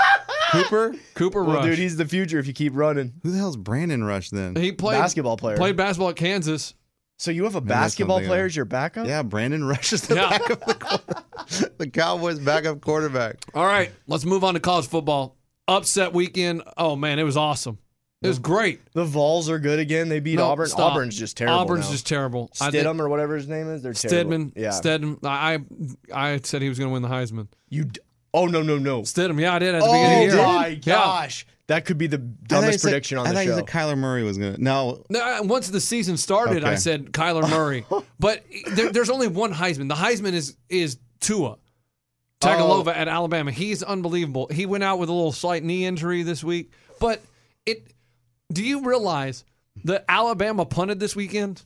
S3: Cooper?
S2: Cooper
S1: well,
S2: Rush.
S1: dude, he's the future if you keep running.
S3: Who the hell's Brandon Rush then?
S2: he played
S1: basketball player.
S2: Played basketball at Kansas.
S1: So you have a
S3: that's
S1: basketball
S3: something
S1: player
S3: I-
S1: as your backup?
S3: Yeah, Brandon Rush is the
S2: Yeah.
S3: backup. The, quarter- (laughs) the Cowboys backup quarterback.
S2: All right, let's move on to college football. Upset weekend. Oh man, it was awesome. It was great.
S1: The Vols are good again. They beat
S2: No,
S1: Auburn.
S2: stop.
S1: Auburn's just terrible.
S2: Auburn's
S1: now.
S2: just terrible. I think-
S1: Stidham or whatever his name is. They're
S2: Stedman.
S1: terrible. Yeah.
S2: Stedman. I I I said he was going to win the Heisman.
S1: you. D- oh no no no.
S2: Stidham. Yeah, I did at the beginning
S1: Oh
S2: of the year.
S1: my
S2: Yeah.
S1: gosh, that could be the dumbest prediction
S3: I
S1: on the
S3: thought
S1: show.
S3: you said Kyler Murray was going to. No, (laughs)
S2: No, I- uh, Once the season started, I
S3: Okay.
S2: said
S1: (laughs)
S2: Kyler Murray, but there, there's only one Heisman. The Heisman is is Tua
S1: Oh.
S2: Tagalova at Alabama. He's unbelievable. He went out with a little slight knee injury this week, but it. Do you realize that Alabama punted this weekend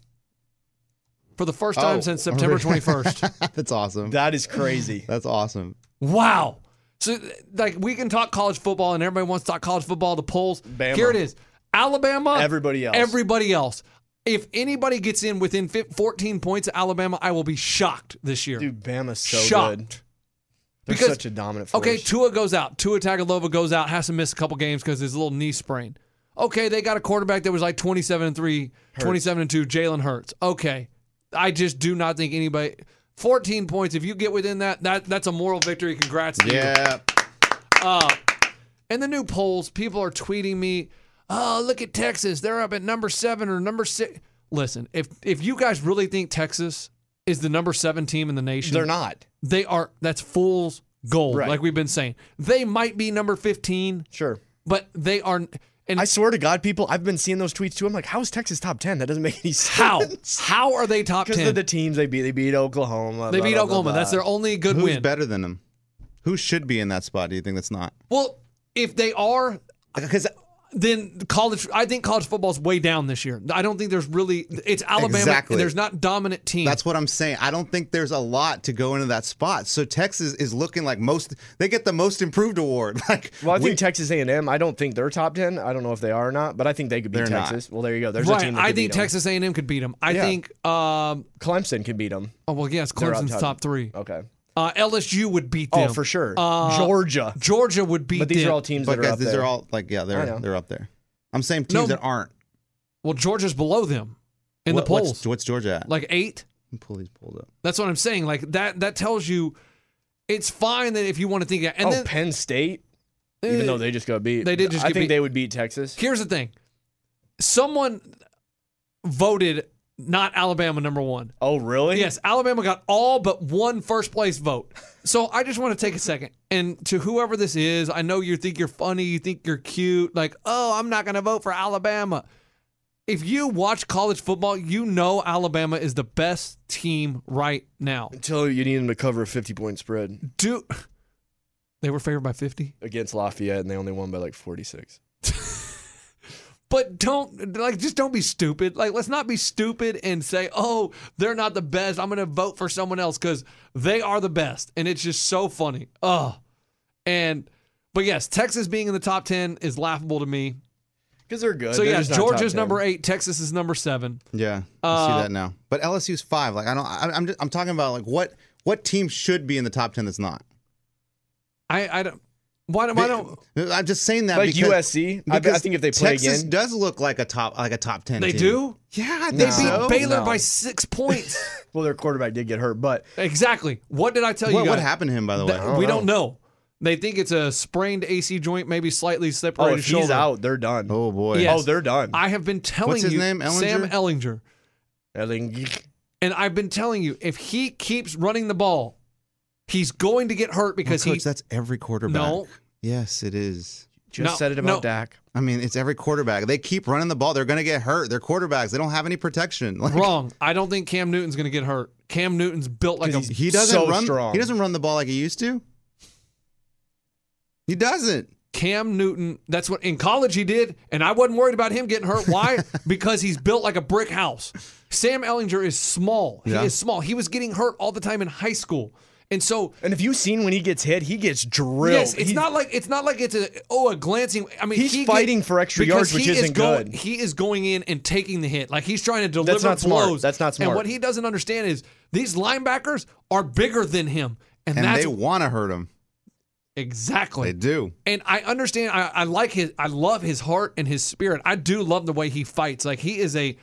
S2: for the first time
S3: Oh.
S2: since
S1: (laughs)
S2: September 21st?
S3: that's awesome.
S1: that is crazy.
S3: That's awesome.
S2: Wow. So, like, we can talk college football, and everybody wants to talk college football. The polls.
S1: Bama.
S2: Here it is: Alabama.
S1: Everybody else.
S2: Everybody else. If anybody gets in within fif- 14 points of Alabama, I will be shocked this year.
S1: Dude, Bama's so
S2: shocked.
S1: good. They're
S2: Because-
S1: such a dominant force.
S2: Okay, Tua goes out. Tua Tagovailoa goes out. Has to miss a couple games because his little knee sprain. Okay, they got a quarterback that was like 27 and 3, 27 and 2, Jalen Hurts. Okay. I just do not think anybody 14 points if you get within that that that's a moral victory. Congrats to you.
S3: Yeah.
S2: And the new polls, people are tweeting me, "Oh, look at Texas. They're up at number 7 or number 6." Listen, if if you guys really think Texas is the number 7 team in the nation,
S1: They're not.
S2: they are that's fool's gold,
S1: Right.
S2: like we've been saying. They might be number 15,
S1: Sure.
S2: but they are and
S1: I swear to God, people, I've been seeing those tweets too. I'm like, how is Texas top 10? That doesn't make any sense. (laughs)
S2: (laughs) how how are they top
S1: Because of
S2: 10?
S1: the teams they beat. They beat Oklahoma.
S2: they
S1: blah, blah,
S2: beat
S1: blah,
S2: Oklahoma.
S1: blah.
S2: That's their only good
S3: Who's
S2: win.
S3: better than him? Who should be in that spot? Do you think that's not?
S2: Well, if they are
S3: Because
S2: then college I think college football's way down this year. I don't think there's really it's Alabama.
S3: Exactly.
S2: There's not dominant teams.
S3: That's what I'm saying. I don't think there's a lot to go into that spot. So Texas is looking like most. They get the most improved award. (laughs) Like
S1: Well, I
S3: we-
S1: think Texas A&M. I don't think they're top ten. I don't know if they are or not, but I think they could beat
S3: They're not.
S1: Texas. Well, there you go. There's a
S2: right.
S1: team. That
S2: I
S1: could
S2: think
S1: beat 'em.
S2: Texas A&M could beat them. I
S1: Yeah.
S2: think. Um,
S1: Clemson could beat them.
S2: oh well, yes,
S1: up
S2: Clemson's
S1: top.
S2: top three.
S1: Okay.
S2: Uh, LSU would beat
S1: Oh,
S2: them
S1: for sure.
S2: Uh,
S1: Georgia.
S2: Georgia would beat
S1: But these
S2: them.
S1: are all teams
S3: but
S1: that are
S3: guys,
S1: up
S3: these
S1: there.
S3: are all like yeah,
S1: I
S3: they're
S1: know.
S3: they're up there. I'm saying
S2: No.
S3: teams that aren't.
S2: well, Georgia's below them. in
S3: What-
S2: the polls.
S3: What's, what's Georgia at?
S2: like eight.
S3: Pull these polls up.
S2: That's what I'm saying. Like that that tells you it's fine that if you want to think that. And
S1: oh,
S2: then
S1: Penn State, even though Eh, they just got beat,
S2: They did just
S1: I
S2: get
S1: think
S2: beat.
S1: they would beat Texas.
S2: here's the thing. Someone voted not Alabama number one.
S1: Oh, really?
S2: Yes, Alabama got all but one first place vote. So I just want to take a second and to whoever this is, I know you think you're funny, you think you're cute, like, oh, I'm not going to vote for Alabama. If you watch college football, you know Alabama is the best team right now.
S1: Until you need them to cover a 50 point spread
S2: Do they were favored by 50?
S1: against Lafayette, and they only won by like 46.
S2: But don't like just don't be stupid. Like let's not be stupid and say, "Oh, they're not the best. I'm going to vote for someone else cuz they are the best." And it's just so funny. Ugh. And but yes, Texas being in the top 10 is laughable to me.
S1: Because they're good.
S2: So
S1: Uh, They're
S2: yeah,
S1: just not top
S2: Georgia's
S1: 10.
S2: number 8, Texas is number 7.
S3: Yeah, I
S2: Uh,
S3: see that now. But LSU's five. Like I don't. I, I'm. Just, I'm talking about like what what team should be in the top ten that's not.
S2: I I don't why don't why
S1: (laughs)
S2: don't
S3: I'm just saying that
S1: Like
S3: because,
S1: USC, I, I
S3: because
S1: think if they play
S3: Texas
S1: again,
S3: does look like a top like a top ten.
S2: they
S3: team.
S2: do?
S3: Yeah,
S2: They
S3: they
S2: beat
S1: No.
S3: beat.
S2: Baylor
S1: No. (laughs)
S2: by 6 points.
S1: well, their quarterback did get hurt, but
S2: exactly. What did I tell you
S3: What,
S2: guys?
S3: what happened to him by the way? Oh.
S2: That- we don't know. They think it's a sprained AC joint, maybe slightly separated
S1: oh, if
S2: shoulder.
S1: he's out, they're done.
S3: oh boy.
S2: Yeah.
S1: Oh, they're done.
S2: I have been telling
S3: What's his
S2: you,
S3: name? Ellinger?
S2: Sam Ellinger,
S1: I think
S2: and I've been telling you if he keeps running the ball, he's going to get hurt
S3: Well,
S2: because
S3: Oh, coach,
S2: he.
S3: that's every quarterback.
S2: No.
S3: Yes, it is.
S1: just
S2: No,
S1: said it
S2: no.
S1: about Dak.
S3: I mean, it's every quarterback. They keep running the ball. They're going to get hurt. They're quarterbacks. They don't have any protection. (laughs) Like,
S2: wrong. I don't think Cam Newton's going to get hurt. Cam Newton's built like a.
S1: he's-
S3: He doesn't
S1: So
S3: run.
S1: strong.
S3: He doesn't run the ball like he used to. He doesn't.
S2: (laughs) Cam Newton. That's what in college he did, and I wasn't worried about him getting hurt.
S3: (laughs)
S2: Why? because he's built like a brick house. Sam Ellinger is small. He
S3: Yeah.
S2: is small. He was getting hurt all the time in high school, and so
S1: And have you seen when he gets hit? He gets drilled.
S2: Yes, it's
S1: He-
S2: not like it's not like it's a oh a glancing. I mean,
S1: He's
S2: he
S1: fighting for extra
S2: because
S1: yards, which
S2: he is
S1: isn't
S2: going-
S1: good.
S2: He is going in and taking the hit, like he's trying to deliver
S1: not smart.
S2: blows.
S1: That's not
S2: And
S1: smart.
S2: what he doesn't understand is these linebackers are bigger than him, and,
S3: And
S2: that's
S3: they want to hurt him. They
S2: exactly.
S3: do.
S2: And I understand. I, I like his. I love his heart and his spirit. I do love the way he fights. Like he is a,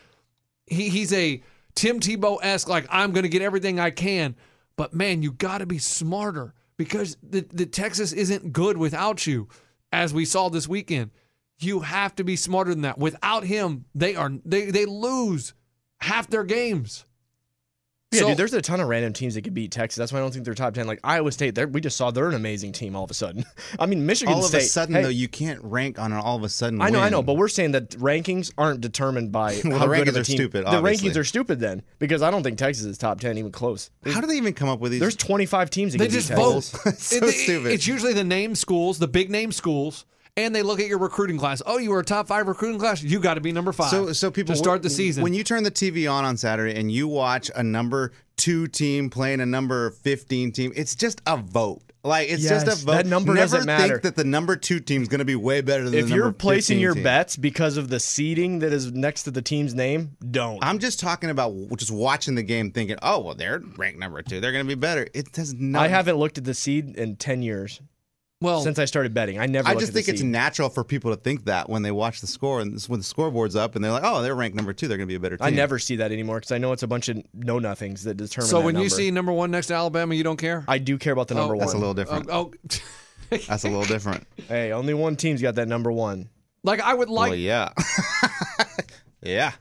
S2: he he's a Tim Tebow esque. Like I'm going to get everything I can. But man, you got to be smarter because the the Texas isn't good without you, as we saw this weekend. You have to be smarter than that. Without him, they are they they lose half their games.
S1: Yeah,
S2: So-
S1: dude, there's a ton of random teams that could beat Texas. That's why I don't think they're top 10. Like Iowa State, they're- we just saw they're an amazing team all of a sudden. (laughs) I mean, Michigan
S3: all of
S1: State.
S3: a sudden,
S1: hey,
S3: though, you can't rank on an all of a sudden.
S1: I know, I
S3: win.
S1: know, but we're saying that rankings aren't determined by
S3: (laughs) Well,
S1: how
S3: the
S1: good of
S3: rankings
S1: a
S3: are
S1: team.
S3: stupid,
S1: the
S3: obviously.
S1: rankings are stupid then, because I don't think Texas is top 10 even close.
S3: how do they even come up with these?
S1: There's 25 teams that
S2: They
S1: can beat
S2: just
S1: Texas.
S2: vote.
S3: So stupid.
S2: It's usually the name schools, the big name schools, and they look at your recruiting class. Oh, you were a top five recruiting class. You got to be number five.
S3: so so people
S2: to start the season.
S3: When you turn the TV on on Saturday and you watch a number two team playing a number fifteen team, it's just a vote. Like it's just
S1: Yes,
S3: a vote.
S1: that number
S3: Never
S1: doesn't matter.
S3: think that the number two team's going to be way better than
S1: If
S3: the
S1: you're
S3: number
S1: placing
S3: 15
S1: your
S3: team.
S1: bets because of the seeding that is next to the team's name, don't.
S3: I'm just talking about w- just watching the game, thinking, "Oh, well, they're ranked number two. They're going to be better." It does not. Oh.
S1: I haven't looked at the seed in 10 years
S2: well,
S1: since I started betting. I never
S3: I
S1: looked
S3: just
S1: at the
S3: think it's
S1: seed.
S3: natural for people to think that when they watch the score and this, when the scoreboard's up and they're like, "Oh, they're ranked number two. They're going to be a better team."
S1: I never see that anymore because I know it's a bunch of know nothings that determine.
S2: so
S1: that
S2: when you
S1: number.
S2: see number one next to Alabama, you don't care.
S1: I do care about the number one.
S3: That's a
S1: (laughs)
S3: little different.
S2: oh, (laughs) oh.
S3: That's a little different.
S1: Hey, only one team's got that number one.
S2: like I would like,
S3: well, yeah, (laughs) yeah.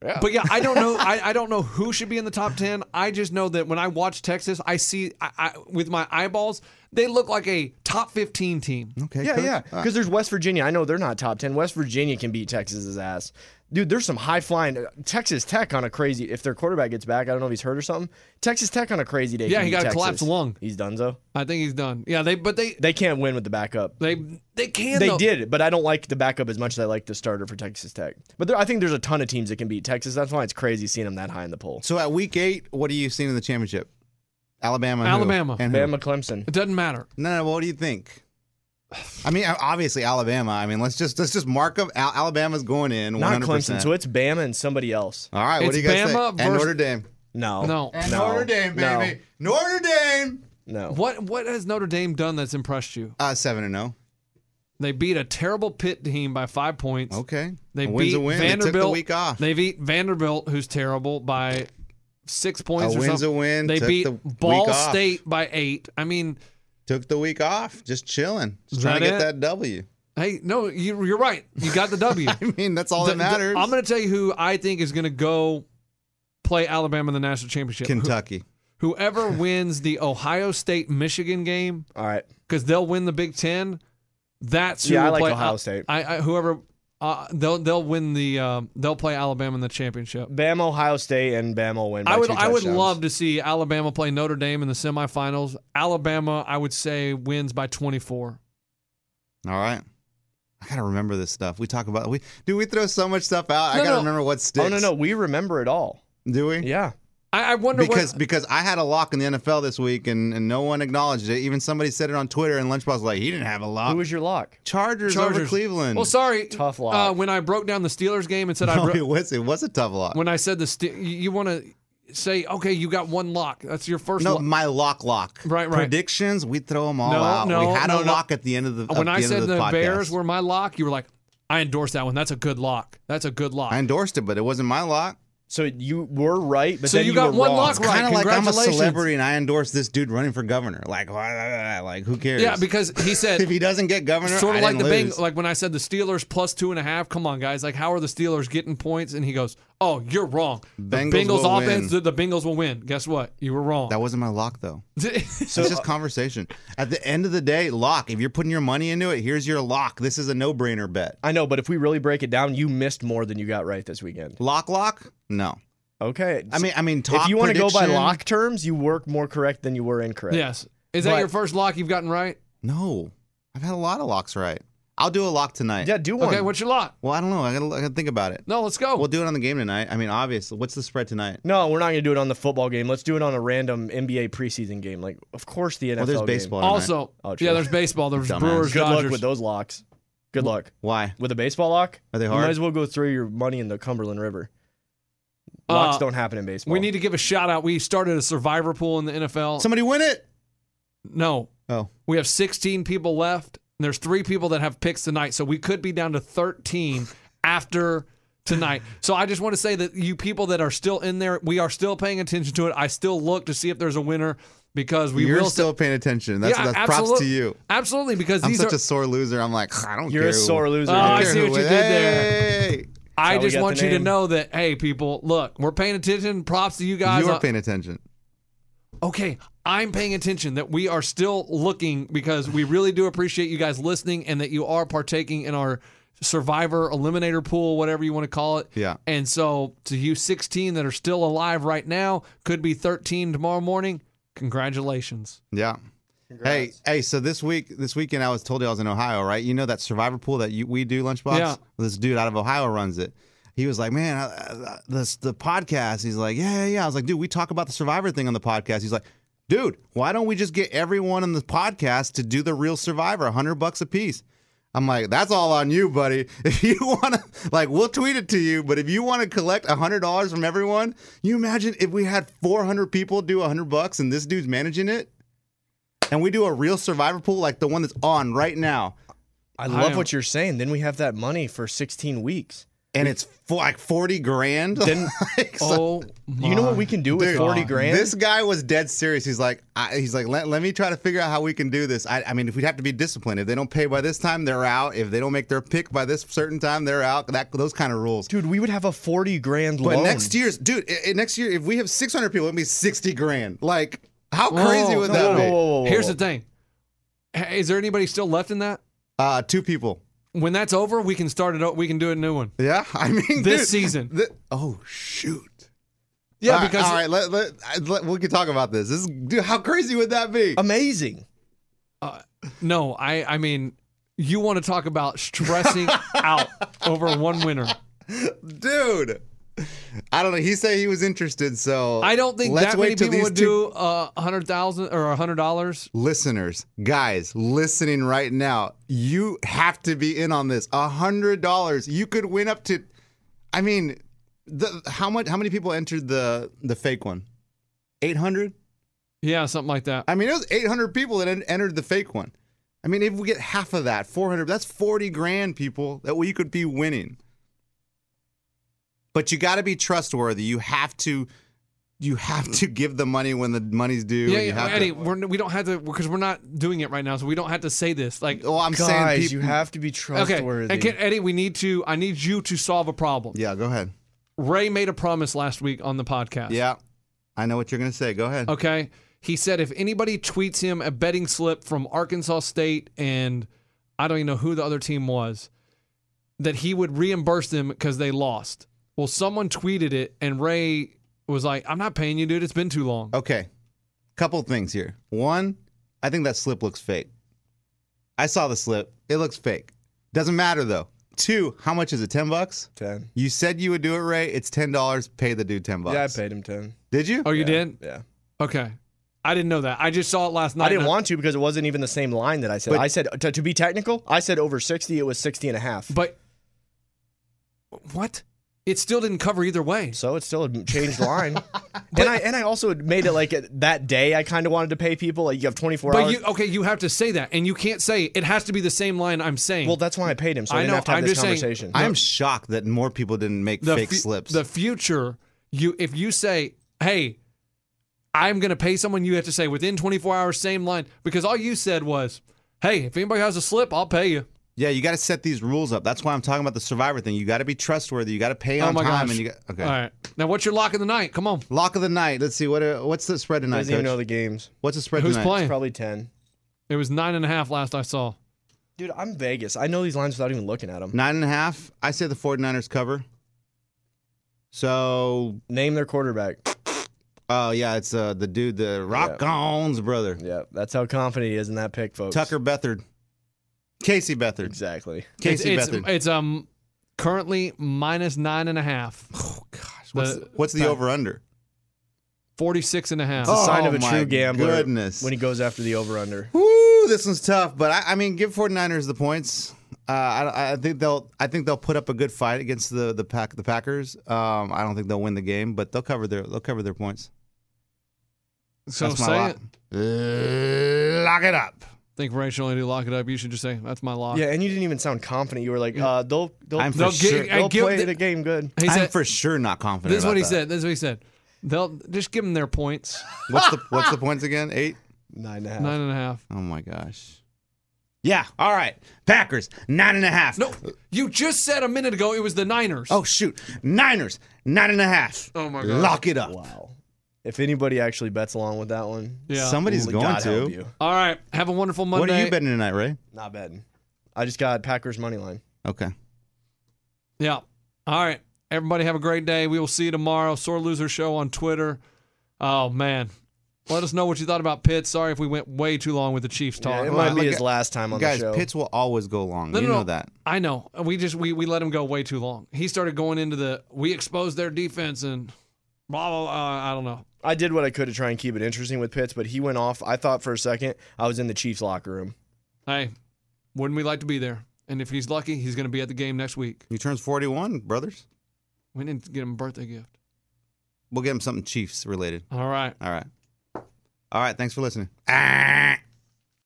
S2: but yeah, I don't know. I, I don't know who should be in the top ten. I just know that when I watch Texas, I see I, I, with my eyeballs, they look like a top fifteen team.
S3: Okay.
S1: Yeah,
S3: coach.
S1: yeah.
S3: Uh,
S1: Because there's West Virginia. I know they're not top ten. West Virginia can beat Texas's ass. Dude, there's some high flying uh, Texas Tech on a crazy. If their quarterback gets back, I don't know if he's hurt or something. Texas Tech on a crazy day.
S2: Yeah,
S1: can
S2: he
S1: beat
S2: got a
S1: Texas.
S2: collapsed lung.
S1: He's donezo.
S2: I think he's done. Yeah, they but they
S1: They can't win with the backup.
S2: they they can.
S1: They
S2: though.
S1: did, but I don't like the backup as much as I like the starter for Texas Tech. But there, I think there's a ton of teams that can beat Texas. That's why it's crazy seeing them that high in the poll.
S3: So at week eight, what are you seeing in the championship? Alabama. and who?
S2: Alabama.
S3: And who?
S1: Bama Clemson.
S2: It doesn't matter.
S3: No, no. What do you think? I mean, obviously Alabama. I mean, let's just let's just mark up. Al- Alabama's going in. 100%.
S1: Not Clemson, so it's Bama and somebody else.
S3: All right.
S2: It's
S3: What do you guys
S2: Bama
S3: think? And
S2: versus-
S3: Notre Dame.
S1: No.
S2: No. And
S1: No. No.
S3: Notre Dame.
S1: No.
S3: Oh.
S2: What what has Notre Dame done that's impressed you?
S3: Uh, seven and zero.
S2: They beat a terrible Pitt team by five points.
S3: Okay.
S2: They
S3: A
S2: beat
S3: win's a win. They took the
S2: Vanderbilt.
S3: week off.
S2: They beat Vanderbilt, who's terrible, by six points.
S3: A
S2: or
S3: win's a
S2: something.
S3: win.
S2: They
S3: Took
S2: beat
S3: the week
S2: Ball
S3: off.
S2: State by eight. I mean,
S3: Took the week off, just chilling, just
S2: Is
S3: trying to
S2: that
S3: get
S2: it?
S3: that W. (laughs)
S2: hey, no, you, you're right. You got the W.
S3: I mean, that's all
S2: The-
S3: that
S2: the-
S3: matters.
S2: I'm going to tell you who I think is going to go play Alabama in the national championship. Who-
S3: Kentucky.
S2: whoever wins the Ohio State Michigan game,
S1: All right.
S2: because they'll win the Big Ten. That's who
S1: Yeah, I
S2: will
S1: like
S2: play
S1: Ohio State.
S2: I, I whoever uh, they'll they'll win the um, they'll play Alabama in the championship.
S1: Bam, Ohio State, and Bam will win. By
S2: I would
S1: two
S2: I would
S1: touchdowns.
S2: love to see Alabama play Notre Dame in the semifinals. Alabama, I would say, wins by 24.
S3: All right. I gotta remember this stuff. We talk about we do we throw so much stuff out. I
S2: No,
S3: gotta
S2: no.
S3: remember what sticks.
S1: Oh no, no, we remember it all.
S3: Do we?
S1: Yeah.
S2: I, I wonder
S3: Because
S2: what,
S3: because I had a lock in the NFL this week and, and no one acknowledged it. Even somebody said it on Twitter and Lunchbox was like he didn't have a
S2: Uh,
S3: lock.
S1: Who was your lock?
S3: Chargers, over Cleveland. (laughs)
S2: Well, sorry,
S1: Tough loss.
S2: Uh, when I broke down the Steelers game and said I
S3: No,
S2: bro-
S3: it was it was a tough
S2: (laughs)
S3: lock.
S2: when I said the Ste- you- you want to say okay, you got one lock. That's your first
S3: No,
S2: lock.
S3: my lock lock.
S2: Right, right.
S3: Predictions, we throw them all
S2: No,
S3: out.
S2: no,
S3: we had
S2: no,
S3: a
S2: no.
S3: lock at the end of the. at
S2: when
S3: the
S2: I
S3: end
S2: said
S3: of
S2: the,
S3: the, podcast.
S2: Bears were my lock, you were like, I endorse that one. That's a good lock. That's a good lock.
S3: I endorsed it, but it wasn't my lock.
S1: So you were right, but
S2: So
S1: then
S2: you
S1: you
S2: got
S1: were
S2: one
S1: wrong.
S2: lock
S3: It's kind
S2: Right,
S3: of like I'm a
S2: congratulations.
S3: celebrity and I endorse this dude running for governor. Like, why- why- why- like who cares?
S2: yeah, because he said
S3: (laughs) if he doesn't get governor,
S2: sort of
S3: I
S2: like the
S3: didn't
S2: Bengals.
S3: lose.
S2: Like when I said the Steelers plus two and a half. Come on, guys. Like how are the Steelers getting points? And he goes, "Oh, you're wrong. The
S3: Bengals
S2: Bengals
S3: will
S2: offense.
S3: win.
S2: The, the Bengals will win. Guess what? You were wrong.
S3: That wasn't my lock though.
S1: So
S2: (laughs)
S1: uh,
S3: it's just conversation. At the end of the day, lock. If you're putting your money into it, here's your lock. This is a no-brainer bet.
S1: I know, but if we really break it down, you missed more than you got right this weekend.
S3: Lock, lock. No.
S1: Okay.
S3: I mean, I mean, talk
S1: if you want to go by
S3: prediction-
S1: lock terms, you work more correct than you were incorrect.
S2: yes. Is that
S1: But-
S2: your first lock you've gotten right?
S3: No, I've had a lot of locks right. I'll do a lock tonight.
S1: Yeah, do one.
S2: Okay. What's your lock?
S3: Well, I don't know. I gotta, I gotta think about it.
S2: No, let's
S1: Oh.
S2: go.
S3: We'll do it on the game tonight. I mean, obviously, what's the spread tonight?
S1: no, we're not going to do it on the football game. Let's do it on a random NBA preseason game. Like, of course, the NFL.
S3: Well, there's
S1: game.
S3: baseball. tonight.
S2: also,
S1: Oh, true.
S2: yeah. There's baseball. There's
S3: Dumbass.
S2: Brewers.
S1: Good luck
S2: Dodgers.
S1: with those locks. Good luck
S3: Why
S1: with a baseball lock.
S3: are they
S1: You
S3: hard?
S1: might as well go throw your money in the Cumberland River. Locks
S2: Uh,
S1: don't happen in baseball.
S2: We need to give a shout out. We started a survivor pool in the NFL.
S3: Somebody win it.
S2: no,
S3: Oh,
S2: We have 16 people left. And there's three people that have picks tonight, so we could be down to 13 after tonight. So I just want to say that you people that are still in there, we are still paying attention to it. I still look to see if there's a winner because we
S3: you're
S2: will
S3: still paying attention. That's that's props to
S2: absolute-
S3: you.
S2: Absolutely, because
S3: I'm
S2: these
S3: such
S2: are.
S3: a sore loser. I'm like, I don't
S1: You're
S3: care.
S1: a sore loser.
S2: Oh,
S1: dude.
S2: I see what you did there.
S3: there.
S2: I
S1: how we
S2: just
S1: got
S2: want
S1: the
S2: you to
S1: name.
S2: know that hey, people, look, we're paying attention. Props to you guys.
S3: You
S2: Uh,
S3: are paying attention.
S2: okay, I'm paying attention that we are still looking because we really do appreciate you guys listening and that you are partaking in our survivor eliminator pool, whatever you want to call it.
S3: Yeah.
S2: And so to you 16 that are still alive right now, could be 13 tomorrow morning. Congratulations.
S3: Yeah. Hey, hey! So this week, this weekend, I was told you I was in Ohio, right? You know that survivor pool that you, we do, lunchbox.
S2: Yeah.
S3: This dude out of Ohio runs it. He was like, "Man, uh, this the podcast." He's like, "Yeah, yeah, yeah." I was like, "Dude, we talk about the survivor thing on the podcast." He's like, "Dude, why don't we just get everyone on the podcast to do the real survivor, hundred bucks a piece?" I'm like, "That's all on you, buddy. (laughs) If you want to, like, we'll tweet it to you. But if you want to collect hundred dollars from everyone, you imagine if we had 400 people do hundred bucks and this dude's managing it." and we do a real survivor pool like the one that's on right now,
S1: I love
S2: am-
S1: what you're saying. Then we have that money for 16
S2: (laughs)
S1: weeks.
S3: and it's for like forty grand.
S1: Then
S3: Like,
S2: Oh,
S3: so-
S1: you know
S2: my
S1: what we can do with
S3: Dude,
S1: 40 grand?
S3: This guy was dead serious. He's like, I, he's like, let, let me try to figure out how we can do this. I, I mean, if we'd have to be disciplined. If they don't pay by this time, they're out. If they don't make their pick by this certain time, they're out. That those kind of rules.
S1: Dude, we would have a 40 grand
S3: but
S1: loan.
S3: next year's, dude, i- i- next year if we have six hundred people, it'd be sixty grand. Like, how crazy
S2: Whoa,
S3: would
S2: no,
S3: that
S1: Whoa,
S3: be?
S1: whoa, whoa, whoa,
S2: Here's
S1: whoa.
S2: the thing. Hey, is there anybody still left in that?
S3: Uh, two people.
S2: When that's over, we can start it. o- We can do a new one.
S3: Yeah, (laughs) I mean,
S2: This
S3: dude,
S2: season.
S3: thi- oh shoot.
S2: Yeah,
S3: all right,
S2: because
S3: all right, let, let, I- let- we can talk about this. This is dude, how crazy would that be?
S2: Um,
S1: Amazing.
S2: No, I I mean, you want to talk about
S3: (laughs)
S2: stressing out over one winner.
S3: dude. I don't know. He said he was interested, so
S2: I don't think
S3: let's
S2: that
S3: wait
S2: many
S3: till
S2: people
S3: these
S2: would
S3: two
S2: do uh, a hundred thousand or a hundred dollars.
S3: listeners, guys, listening right now. You have to be in on this. A hundred dollars, you could win up to. I mean, the how much? How many people entered the the fake one? Eight hundred.
S2: Yeah, something like that.
S3: I mean, it was eight hundred people that en- entered the fake one. I mean, if we get half of that, 400, that's 40 grand, people, that we could be winning. But you got to be trustworthy. You have to you have to give the money when the money's due.
S2: Yeah,
S3: and you
S2: yeah
S3: have
S2: Eddie,
S3: to,
S2: we're, we don't have to because we're not doing it right now, so we don't have to say this. Like,
S3: well, oh, I'm saying
S1: Guys,
S3: people,
S1: you have to be trustworthy.
S2: okay, and can, Eddie, we need to. I need you to solve a problem.
S3: Yeah, go ahead.
S2: Ray made a promise last week on the podcast.
S3: Yeah. I know what you're going to say. Go ahead.
S2: Okay. He said if anybody tweets him a betting slip from Arkansas State and I don't even know who the other team was, that he would reimburse them because they lost. Well, someone tweeted it and Ray was like, I'm not paying you, dude. It's been too long.
S3: Okay. Couple things here. One, I think that slip looks fake. I saw the slip. It looks fake. Doesn't matter though. Two, how much is it? Ten bucks?
S1: 10.
S3: You said you would do it, Ray. It's ten dollars. Pay the dude ten bucks.
S1: Yeah, I paid him 10.
S3: Did you?
S2: Oh, you did?
S1: Yeah.
S2: Okay. I didn't know that. I just saw it last night.
S1: I didn't
S2: and
S1: want to because it wasn't even the same line that I said.
S3: But-
S1: I said, to, to be technical, I said over 60, it was 60 and a half.
S2: But what? It still didn't cover either way.
S1: so it's still a changed
S2: (laughs)
S1: line. and I and I also made it like that day I kind of wanted to pay people. Like you have 24
S2: But
S1: hours.
S2: you okay? You have to say that, and you can't say it has to be the same line I'm saying.
S1: well, that's why I paid him. So I,
S2: I
S1: didn't
S2: know,
S1: have to have
S2: I'm
S1: this
S2: just saying-
S1: conversation.
S3: I am shocked that more people didn't make
S2: the
S3: fake
S2: fu-
S3: slips.
S2: The future, you if you say, "Hey, I'm going to pay someone," you have to say within 24 hours, same line, because all you said was, "Hey, if anybody has a slip, I'll pay you."
S3: yeah, you got to set these rules up. That's why I'm talking about the survivor thing. You got to be trustworthy. You got to pay
S2: Oh
S3: on
S2: my
S3: time.
S2: gosh!
S3: And you got, okay.
S2: All right, now what's your lock of the night? Come on,
S3: Lock of the night. Let's see what uh, what's the spread
S1: I
S3: tonight,
S1: doesn't even know
S3: Coach?
S1: the games.
S3: What's the spread
S2: who's
S3: tonight?
S2: playing?
S1: Probably 10.
S2: It was nine and a half last I saw.
S1: Dude, I'm Vegas. I know these lines without even looking at them.
S3: Nine and a half. I say the 49ers cover. So,
S1: Name their quarterback.
S3: oh yeah, it's uh, the dude, the Rock Gones brother,
S1: Yeah, that's how confident he is in that pick, folks.
S3: Tucker Bethard, Casey Bethard,
S1: Exactly.
S2: It's,
S3: Casey
S2: it's,
S3: Bethard.
S2: it's um currently minus nine and a half. Oh gosh,
S3: what's, what's the over under?
S2: 46 and a half.
S3: Oh,
S1: Sign of a
S3: my
S1: true gambler
S3: goodness.
S1: when he goes after the over under.
S3: Woo, this one's tough, but I, I mean, give 49ers the points. Uh, I, I think they'll I think they'll put up a good fight against the the pack the Packers. Um, I don't think they'll win the game, but they'll cover their they'll cover their points.
S2: so
S3: That's
S2: say
S3: my
S2: it.
S3: lock. Lock it up.
S2: think Rachel only do lock it up. You should just say that's my lock.
S1: Yeah, and you didn't even sound confident. You were like, uh, they'll they'll,
S3: I'm for
S1: they'll,
S3: sure-
S1: they'll
S2: I give
S1: play
S2: the-
S1: the, game good.
S2: He
S3: I'm
S2: said,
S3: for sure not confident.
S2: this is
S3: about
S2: what he
S3: that.
S2: said. This is what he said. They'll just give them their points.
S3: What's the
S2: (laughs)
S3: what's the points again? Eight.
S1: Nine and a half.
S2: Nine and a half.
S3: Oh my gosh. Yeah. All right. Packers nine and a half.
S2: No, you just said a minute ago it was the Niners.
S3: Oh shoot. Niners nine and a half.
S2: Oh, my
S3: god.
S2: gosh.
S3: Lock it up.
S1: Wow. If anybody actually bets along with that one,
S2: yeah.
S3: Somebody's
S1: God
S3: going to.
S1: help you.
S2: All right. Have a wonderful Monday.
S3: What are you betting tonight, Ray?
S1: Not betting. I just got Packers money line.
S3: Okay.
S2: Yeah. All right. Everybody have a great day. We will see you tomorrow. Sore Loser Show on Twitter. Oh man. Let us know what you thought about Pitt. Sorry if we went way too long with the Chiefs
S1: Yeah,
S2: talk.
S1: it
S3: Well,
S1: might be
S3: look
S1: his
S3: at-
S1: last time on
S3: Guys,
S1: the show.
S3: pits will always go long. you
S2: no,
S3: know
S2: no.
S3: that.
S2: I know. We just we we let him go way too long. He started going into the we exposed their defense and blah blah. blah I don't know.
S1: I did what I could to try and keep it interesting with Pitts, but he went off. I thought for a second I was in the Chiefs locker room.
S2: Hey, wouldn't we like to be there? And if he's lucky, he's going to be at the game next week.
S3: He turns 41, brothers.
S2: We need to get him a birthday gift.
S3: We'll get him something Chiefs related.
S2: All right.
S3: All right. All right. Thanks for listening. Ah.